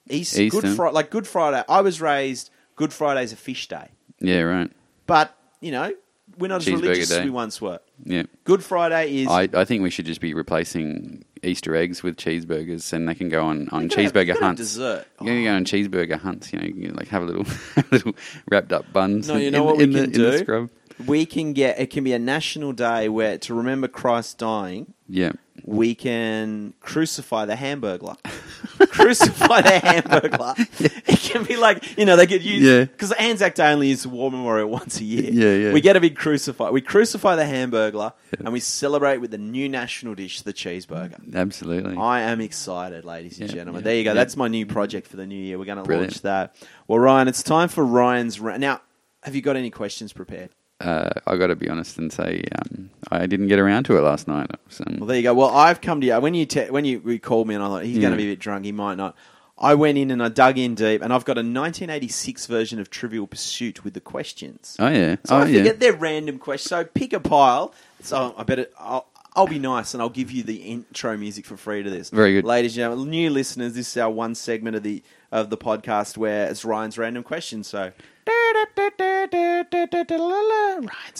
Speaker 1: Easter, Good
Speaker 2: Easter.
Speaker 1: Friday, like Good Friday. I was raised Good Friday's a fish day,
Speaker 2: yeah, right,
Speaker 1: but you know we're not as
Speaker 2: Cheeseburger
Speaker 1: religious as
Speaker 2: day.
Speaker 1: we once were.
Speaker 2: yeah.
Speaker 1: Good Friday is
Speaker 2: I, I think we should just be replacing Easter eggs with cheeseburgers, and they can go on on
Speaker 1: You can have- you
Speaker 2: cheeseburger
Speaker 1: can have
Speaker 2: hunts.
Speaker 1: dessert. Oh.
Speaker 2: You're going to go on cheeseburger hunts, you know, you can, like have a little, have a little wrapped up buns.
Speaker 1: No, you
Speaker 2: in-
Speaker 1: know
Speaker 2: in,
Speaker 1: what we
Speaker 2: in the,
Speaker 1: can
Speaker 2: In the
Speaker 1: do?
Speaker 2: scrub.
Speaker 1: We can get it can be a national day where to remember Christ dying.
Speaker 2: Yeah,
Speaker 1: we can crucify the hamburglar. crucify the hamburglar. It can be like, you know, they could
Speaker 2: Yeah.
Speaker 1: use because Anzac Day only is War Memorial once a year.
Speaker 2: Yeah, yeah.
Speaker 1: We get a big crucify. We crucify the hamburglar and we celebrate with the new national dish, the cheeseburger.
Speaker 2: absolutely.
Speaker 1: I am excited, ladies and
Speaker 2: Mm-hmm. Yeah,
Speaker 1: gentlemen.
Speaker 2: yeah,
Speaker 1: there you go.
Speaker 2: yeah.
Speaker 1: That's my new project for the new year. We're going to
Speaker 2: Brilliant.
Speaker 1: launch that. Well, Ryan, it's time for Ryan's round. Now, have you got any questions prepared?
Speaker 2: Uh, I got to be honest and say um, I didn't get around to it last night. It was, um,
Speaker 1: Well, there you go. Well, I've come to you when you te- when you, you called me, and I thought he's
Speaker 2: Yeah.
Speaker 1: going to be a bit drunk. He might not. I went in and I dug in deep, and I've got a 1986 version of Trivial Pursuit with the questions.
Speaker 2: oh yeah,
Speaker 1: so
Speaker 2: oh
Speaker 1: I
Speaker 2: yeah.
Speaker 1: figured they're random questions. So pick a pile. So I better. I'll, I'll be nice and I'll give you the intro music for free to this.
Speaker 2: Very good.
Speaker 1: ladies and gentlemen, new listeners. This is our one segment of the of the podcast where it's Ryan's random question. So Ryan's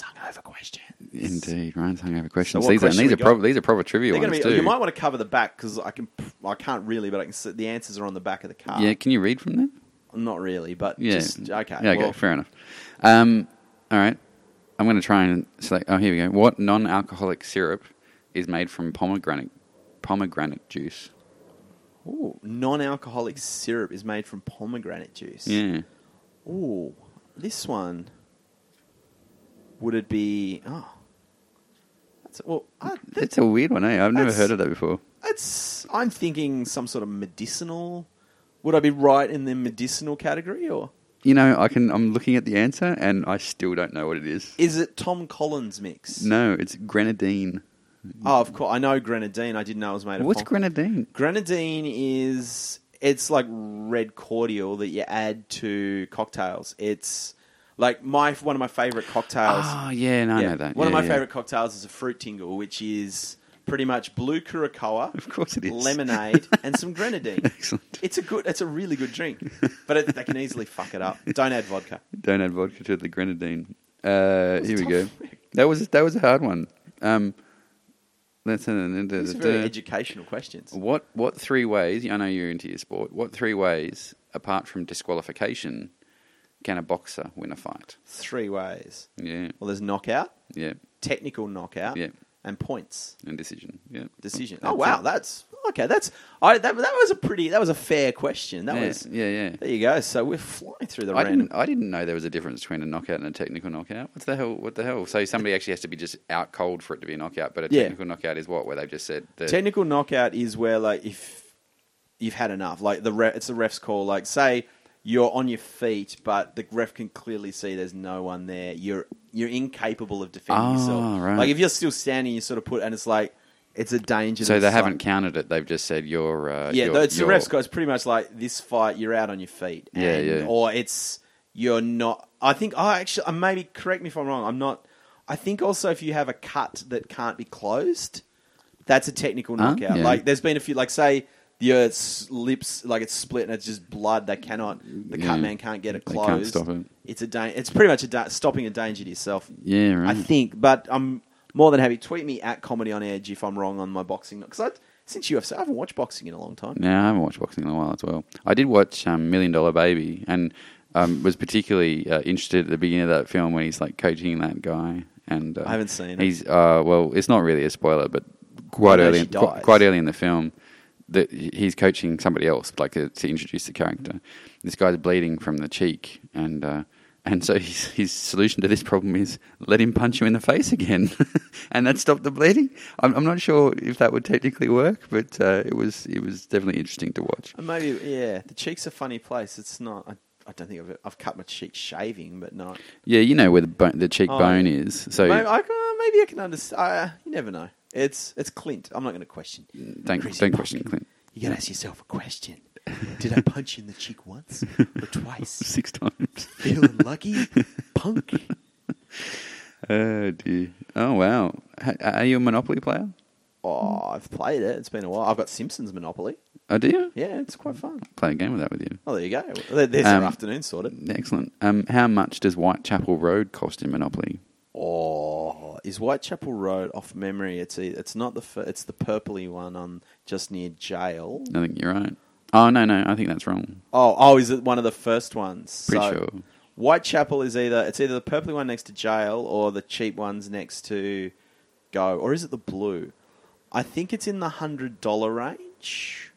Speaker 1: hungover questions.
Speaker 2: Indeed, Ryan's hungover questions.
Speaker 1: what
Speaker 2: these, are, and
Speaker 1: question
Speaker 2: these
Speaker 1: we
Speaker 2: are prob-
Speaker 1: got?
Speaker 2: these are proper trivial
Speaker 1: They're
Speaker 2: ones
Speaker 1: gonna be,
Speaker 2: too.
Speaker 1: you might want to cover the back because I can. I can't really, but I can. See, the answers are on the back of the card.
Speaker 2: yeah, can you read from there?
Speaker 1: not really, but
Speaker 2: Yeah.
Speaker 1: just okay.
Speaker 2: Yeah, okay,
Speaker 1: well,
Speaker 2: fair enough. Um, all right. I'm going to try and select. Oh, here we go. What non alcoholic syrup is made from pomegranate, pomegranate juice?
Speaker 1: ooh, non-alcoholic syrup is made from pomegranate juice.
Speaker 2: Yeah.
Speaker 1: Ooh, this one. Would it be? Oh, that's well. I, that,
Speaker 2: It's a weird one, eh? I've never
Speaker 1: That's-
Speaker 2: heard of that before.
Speaker 1: that's. I'm thinking some sort of medicinal. Would I be right in the medicinal category, or
Speaker 2: You know, I can. I'm looking at the answer, and I still don't know what it is.
Speaker 1: is it Tom Collins mix?
Speaker 2: No, it's grenadine.
Speaker 1: Oh, of course. I know grenadine. I didn't know it was made of.
Speaker 2: What's
Speaker 1: pom-
Speaker 2: grenadine?
Speaker 1: Grenadine is it's like red cordial that you add to cocktails. It's like my one of my favorite cocktails.
Speaker 2: Oh, yeah, no, I know that.
Speaker 1: One of
Speaker 2: Yeah,
Speaker 1: my
Speaker 2: yeah.
Speaker 1: favorite cocktails is a fruit tingle, which is pretty much blue curacoa,
Speaker 2: Of course, it is
Speaker 1: lemonade, and some grenadine.
Speaker 2: Excellent.
Speaker 1: It's a good. It's a really good drink, but it, they can easily fuck it up. Don't add vodka.
Speaker 2: Don't add vodka to the grenadine. Uh,
Speaker 1: was
Speaker 2: here we go.
Speaker 1: tough.
Speaker 2: That was that was a hard one. Um, uh, that's
Speaker 1: These are very educational questions.
Speaker 2: what what three ways? I know you're into your sport. What three ways, apart from disqualification, can a boxer win a fight?
Speaker 1: Three ways.
Speaker 2: Yeah,
Speaker 1: Well, there's knockout,
Speaker 2: yeah,
Speaker 1: technical knockout,
Speaker 2: Yeah.
Speaker 1: and points.
Speaker 2: and decision. Yeah,
Speaker 1: decision.
Speaker 2: That's
Speaker 1: oh wow,
Speaker 2: it.
Speaker 1: that's okay. That's I that, that was a pretty that was a fair question. That
Speaker 2: yeah,
Speaker 1: was
Speaker 2: yeah, yeah.
Speaker 1: there you go. So we're flying through the
Speaker 2: I
Speaker 1: random.
Speaker 2: didn't. I didn't know there was a difference between a knockout and a technical knockout. What the hell? What the hell? So somebody actually has to be just out cold for it to be a knockout. But a
Speaker 1: Yeah.
Speaker 2: technical knockout is what? Where they've just said the
Speaker 1: Technical knockout is where like if you've had enough, like the ref, it's the ref's call. Like say you're on your feet, but the ref can clearly see there's no one there. You're you're incapable of defending
Speaker 2: Ah,
Speaker 1: yourself.
Speaker 2: right.
Speaker 1: Like if you're still standing, you sort of put and it's like it's a danger.
Speaker 2: So
Speaker 1: to
Speaker 2: they
Speaker 1: the
Speaker 2: haven't
Speaker 1: side.
Speaker 2: counted it. They've just said you're. Uh,
Speaker 1: Yeah,
Speaker 2: you're,
Speaker 1: no, it's the
Speaker 2: you're-
Speaker 1: ref's call. It's pretty much like this fight, you're out on your feet.
Speaker 2: Yeah, yeah.
Speaker 1: Or it's you're not. I think I actually, uh, maybe correct me if I'm wrong. I'm not. I think also if you have a cut that can't be closed, that's a technical
Speaker 2: Ah,
Speaker 1: knockout.
Speaker 2: yeah.
Speaker 1: Like there's been a few, like say the Earth's lips like it's split and it's just blood. They cannot. The
Speaker 2: Yeah.
Speaker 1: cut man can't get it
Speaker 2: They can't
Speaker 1: closed.
Speaker 2: stop it.
Speaker 1: It's a da- It's pretty much a da- stopping a danger to yourself.
Speaker 2: Yeah, right.
Speaker 1: I think, but I'm more than happy. Tweet me at Comedy on Edge if I'm wrong on my boxing. Because since UFC, I haven't watched boxing in a long time.
Speaker 2: No, I haven't watched boxing in a while as well. I did watch um, Million Dollar Baby and um, was particularly uh, interested at the beginning of that film when he's like coaching that guy. And uh,
Speaker 1: I haven't seen it.
Speaker 2: He's uh, well, it's not really a spoiler, but quite
Speaker 1: I know
Speaker 2: early,
Speaker 1: she
Speaker 2: in, qu-
Speaker 1: dies.
Speaker 2: quite early in the film, that he- he's coaching somebody else, like uh, to introduce the character. This guy's bleeding from the cheek, and uh, and so his his solution to this problem is let him punch you in the face again, and that stopped the bleeding. I'm, I'm not sure if that would technically work, but uh, it was it was definitely interesting to watch.
Speaker 1: And Maybe yeah, the cheek's a funny place. It's not. I, I don't think I've, I've cut my cheek shaving, but not.
Speaker 2: Yeah, you know where the bone, the cheekbone
Speaker 1: Oh.
Speaker 2: bone is. So
Speaker 1: maybe, I, can- maybe I can understand. Uh, you never know. It's it's Clint. I'm not going to question.
Speaker 2: don't
Speaker 1: Crazy
Speaker 2: don't
Speaker 1: punk.
Speaker 2: question Clint
Speaker 1: You got to ask yourself a question. Did I punch you in the cheek once or twice?
Speaker 2: six times.
Speaker 1: Feeling lucky, punk.
Speaker 2: Oh dear. Oh wow. H- are you a Monopoly player?
Speaker 1: Oh, I've played it. It's been a while. I've got Simpsons Monopoly.
Speaker 2: Oh, do you?
Speaker 1: Yeah, it's quite fun.
Speaker 2: Play a game with that with you.
Speaker 1: Oh, there you go. There- There's
Speaker 2: Um,
Speaker 1: our afternoon sorted.
Speaker 2: Excellent. Um, how much does Whitechapel Road cost in Monopoly?
Speaker 1: Oh, is Whitechapel Road off memory? It's a, it's not the fir- it's the purpley one on just near jail.
Speaker 2: I think you're right. Oh no, no, I think that's wrong.
Speaker 1: Oh, oh, is it one of the first ones?
Speaker 2: Pretty
Speaker 1: So,
Speaker 2: sure.
Speaker 1: Whitechapel is either it's either the purpley one next to jail or the cheap ones next to go, or is it the blue? I think it's in the hundred dollar range.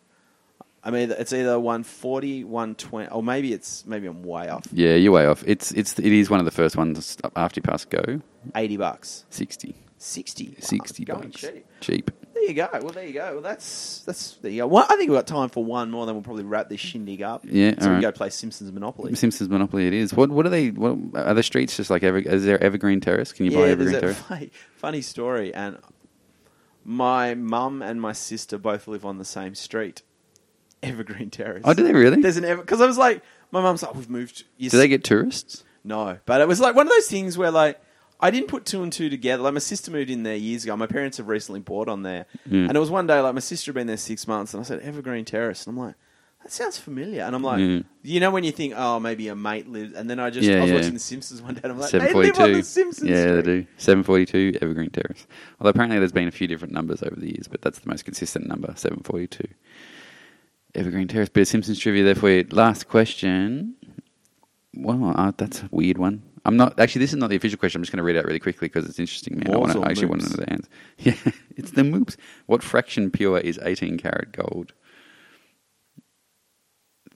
Speaker 1: I mean, it's either 140, 120, or maybe it's maybe I'm way off.
Speaker 2: Yeah, you're way off. It's it's it is one of the first ones up after you pass go.
Speaker 1: Eighty bucks,
Speaker 2: Sixty.
Speaker 1: sixty, Wow,
Speaker 2: Sixty
Speaker 1: going
Speaker 2: bucks.
Speaker 1: cheap.
Speaker 2: Cheap.
Speaker 1: There you go. Well, there you go. Well, that's that's there you go. Well, I think we've got time for one more. Then we'll probably wrap this shindig up.
Speaker 2: Yeah,
Speaker 1: so we
Speaker 2: alright.
Speaker 1: can go play Simpsons Monopoly.
Speaker 2: Simpsons Monopoly it is. What what are they what are the streets just like ever is there evergreen terrace? Can you buy
Speaker 1: yeah,
Speaker 2: evergreen
Speaker 1: there's a
Speaker 2: terrace?
Speaker 1: funny, funny story. And my mum and my sister both live on the same street, Evergreen Terrace.
Speaker 2: Oh, do they really?
Speaker 1: There's an ever because I was like, my mum's like, "Oh, we've moved. You
Speaker 2: Do they get tourists?
Speaker 1: No, but it was like one of those things where like I didn't put two and two together. Like my sister moved in there years ago. My parents have recently bought on there,
Speaker 2: Mm.
Speaker 1: and it was one day like my sister had been there six months, and I said Evergreen Terrace, and I'm like. That sounds familiar, and I'm like,
Speaker 2: Mm.
Speaker 1: you know, when you think, oh, maybe a mate lives, and then I just,
Speaker 2: Yeah,
Speaker 1: I was
Speaker 2: yeah.
Speaker 1: watching The Simpsons one day, and I'm like, they
Speaker 2: Seven forty
Speaker 1: live on The
Speaker 2: two.
Speaker 1: Simpsons.
Speaker 2: Yeah, they
Speaker 1: street.
Speaker 2: do. Seven forty two Evergreen Terrace. Although apparently there's been a few different numbers over the years, but that's the most consistent number. Seven forty two. Evergreen Terrace. Bit of Simpsons trivia there for you. Last question. Well, uh, that's a weird one. I'm not actually. This is not the official question. I'm just going to read it out really quickly because it's interesting. Man, I,
Speaker 1: Moops
Speaker 2: wanna,
Speaker 1: or
Speaker 2: I actually want
Speaker 1: moops?
Speaker 2: to know the answer. Yeah, it's the moops. What fraction pure is 18 karat gold?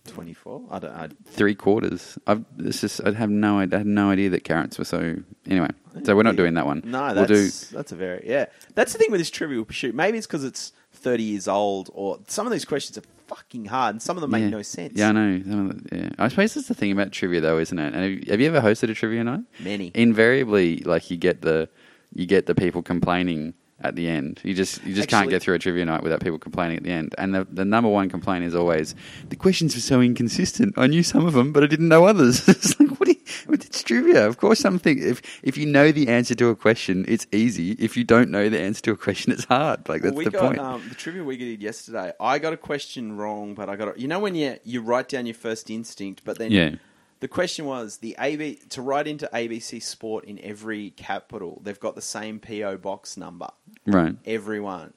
Speaker 1: 24. I don't. I,
Speaker 2: Three quarters. I've, this is. I have no. I had no idea that carats were so. Anyway, so we're not doing that one.
Speaker 1: no,
Speaker 2: we'll
Speaker 1: that's
Speaker 2: do
Speaker 1: that's a very yeah. That's the thing with this Trivial Pursuit. Maybe it's because it's 30 years old, or some of these questions are fucking hard, and some of them make
Speaker 2: yeah.
Speaker 1: no sense.
Speaker 2: Yeah, I know. Some of the- yeah. I suppose that's the thing about trivia, though, isn't it? And have, have you ever hosted a trivia night?
Speaker 1: Many.
Speaker 2: Invariably, like you get the you get the people complaining at the end. You just you just can't
Speaker 1: Actually-
Speaker 2: get through a trivia night without people complaining at the end. And the, the number one complaint is always the questions were so inconsistent. I knew some of them, but I didn't know others. it's like what? Do you, it's trivia. Of course, something. If if you know the answer to a question, it's easy. If you don't know the answer to a question, it's hard. Like that's
Speaker 1: Well, we
Speaker 2: the
Speaker 1: got,
Speaker 2: point.
Speaker 1: Um, the trivia we did yesterday. I got a question wrong, but I got it. You know when you you write down your first instinct, but then
Speaker 2: Yeah.
Speaker 1: the question was the AB to write into ABC Sport in every capital. They've got the same PO box number.
Speaker 2: right.
Speaker 1: Everyone,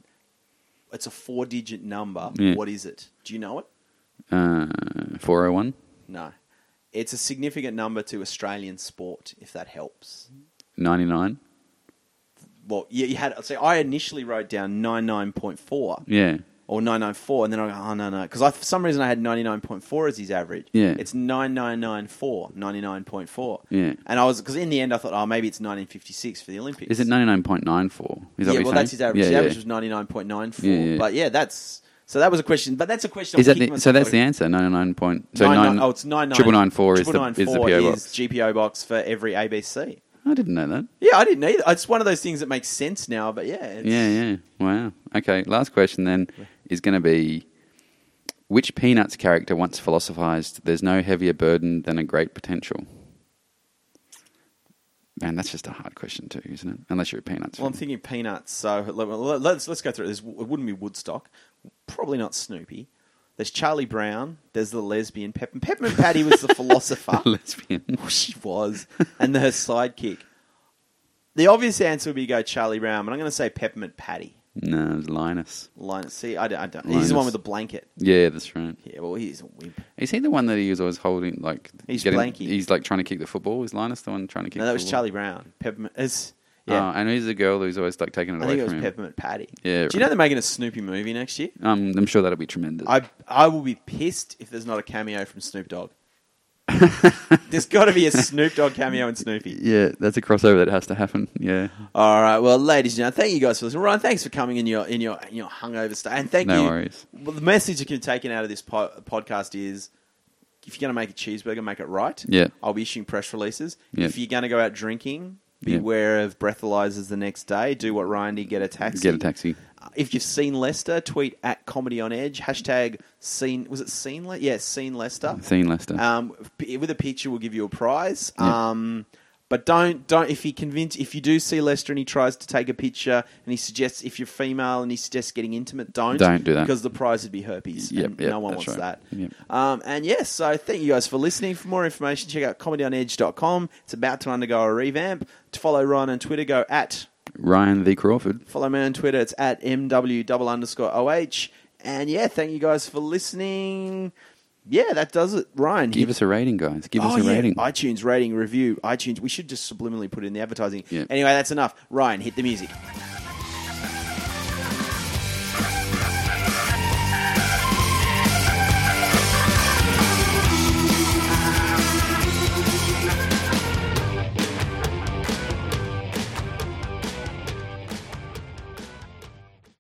Speaker 1: it's a four digit number.
Speaker 2: Yeah.
Speaker 1: What is it? Do you know it?
Speaker 2: Uh, Four hundred one.
Speaker 1: No. It's a significant number to Australian sport, if that helps.
Speaker 2: 99.
Speaker 1: Well, you, you had. So I initially wrote down nine nine point four.
Speaker 2: Yeah.
Speaker 1: or 994 and then I go oh no no because I for some reason I had 99.4 as his average
Speaker 2: Yeah.
Speaker 1: it's 9994 99.4
Speaker 2: Yeah.
Speaker 1: and I was because in the end I thought oh maybe it's 1956 for the Olympics
Speaker 2: Is it 99.94? Is that
Speaker 1: yeah
Speaker 2: what
Speaker 1: well
Speaker 2: you're
Speaker 1: that's
Speaker 2: saying?
Speaker 1: his average
Speaker 2: Yeah,
Speaker 1: his
Speaker 2: yeah.
Speaker 1: average was 99.94
Speaker 2: Yeah, yeah.
Speaker 1: but yeah that's so that was a question but that's a question
Speaker 2: Is
Speaker 1: I'm
Speaker 2: that
Speaker 1: kicking
Speaker 2: the, so
Speaker 1: myself
Speaker 2: that's
Speaker 1: for.
Speaker 2: the answer. 99. Point, so
Speaker 1: Nine-
Speaker 2: nine,
Speaker 1: oh it's 99
Speaker 2: triple nine four is the,
Speaker 1: triple nine
Speaker 2: is the
Speaker 1: four
Speaker 2: PO box.
Speaker 1: GPO box for every ABC
Speaker 2: I didn't know that.
Speaker 1: yeah I didn't either it's one of those things that makes sense now but yeah it's,
Speaker 2: Yeah, yeah. Wow. Okay, last question then is going to be which Peanuts character once philosophized, there's no heavier burden than a great potential? Man, that's just a hard question too, isn't it? Unless you're a Peanuts
Speaker 1: Well, I'm
Speaker 2: fan.
Speaker 1: thinking peanuts. So let, us let's go through this. It wouldn't be Woodstock. Probably not Snoopy. There's Charlie Brown. There's the lesbian Peppermint. Peppermint Patty was the philosopher.
Speaker 2: lesbian.
Speaker 1: Well, she was, and her sidekick. The obvious answer would be go Charlie Brown, but I'm going to say Peppermint Patty.
Speaker 2: No, it was Linus.
Speaker 1: Linus, see, I don't, I don't. He's
Speaker 2: Linus.
Speaker 1: the one with the blanket.
Speaker 2: Yeah, that's right.
Speaker 1: Yeah, well, he's a wimp.
Speaker 2: Is he the one that he was always holding? Like
Speaker 1: He's blanky.
Speaker 2: He's like trying to kick the football. Is Linus the one trying to kick?
Speaker 1: No,
Speaker 2: the
Speaker 1: that was
Speaker 2: football?
Speaker 1: Charlie Brown. Peppermint. It's, yeah,
Speaker 2: Oh, and he's the girl who's always like taking
Speaker 1: I
Speaker 2: it away
Speaker 1: think it was
Speaker 2: from him.
Speaker 1: Peppermint Patty.
Speaker 2: Yeah,
Speaker 1: Do you know
Speaker 2: right.
Speaker 1: they're making a Snoopy movie next year?
Speaker 2: Um, I'm sure that'll be tremendous.
Speaker 1: I I will be pissed if there's not a cameo from Snoop Dogg. there's got to be a Snoop Dogg cameo in Snoopy.
Speaker 2: yeah, that's a crossover that has to happen. Yeah,
Speaker 1: All right, well, ladies and gentlemen, thank you guys for listening. Ryan, thanks for coming in your in your in your hungover state, and thank
Speaker 2: no
Speaker 1: you.
Speaker 2: worries.
Speaker 1: Well, the message that can be taken out of this po- podcast is: if you're going to make a cheeseburger, make it right.
Speaker 2: Yeah.
Speaker 1: I'll be issuing press releases.
Speaker 2: Yeah.
Speaker 1: If you're going to go out drinking,
Speaker 2: Yeah.
Speaker 1: beware of breathalyzers the next day. Do what Ryan did: get a taxi.
Speaker 2: Get a taxi.
Speaker 1: Uh, If you've seen Lester, tweet at Comedy on Edge hashtag seen. Was it seen? Le- yeah, seen Lester.
Speaker 2: Seen Lester.
Speaker 1: Um, p- with a picture, we'll give you a prize.
Speaker 2: Yeah.
Speaker 1: Um, but don't don't if he convince if you do see Lester and he tries to take a picture and he suggests if you're female and he suggests getting intimate, don't
Speaker 2: Don't do that.
Speaker 1: because the prize would be herpes.
Speaker 2: Yep,
Speaker 1: and
Speaker 2: yep,
Speaker 1: no one
Speaker 2: that's
Speaker 1: wants
Speaker 2: right.
Speaker 1: that.
Speaker 2: Yep.
Speaker 1: Um, and yes, so thank you guys for listening. For more information, check out comedyonedge.com. It's about to undergo a revamp. To follow Ryan on Twitter, go at
Speaker 2: Ryan V Crawford.
Speaker 1: follow me on Twitter. It's at mw double underscore oh. And yeah, thank you guys for listening. Yeah, that does it. Ryan, hit
Speaker 2: Give us a rating, guys. Give us
Speaker 1: Oh,
Speaker 2: a
Speaker 1: yeah.
Speaker 2: rating.
Speaker 1: iTunes rating review. iTunes. We should just subliminally put it in the advertising.
Speaker 2: Yeah.
Speaker 1: Anyway, that's enough. Ryan, hit the music.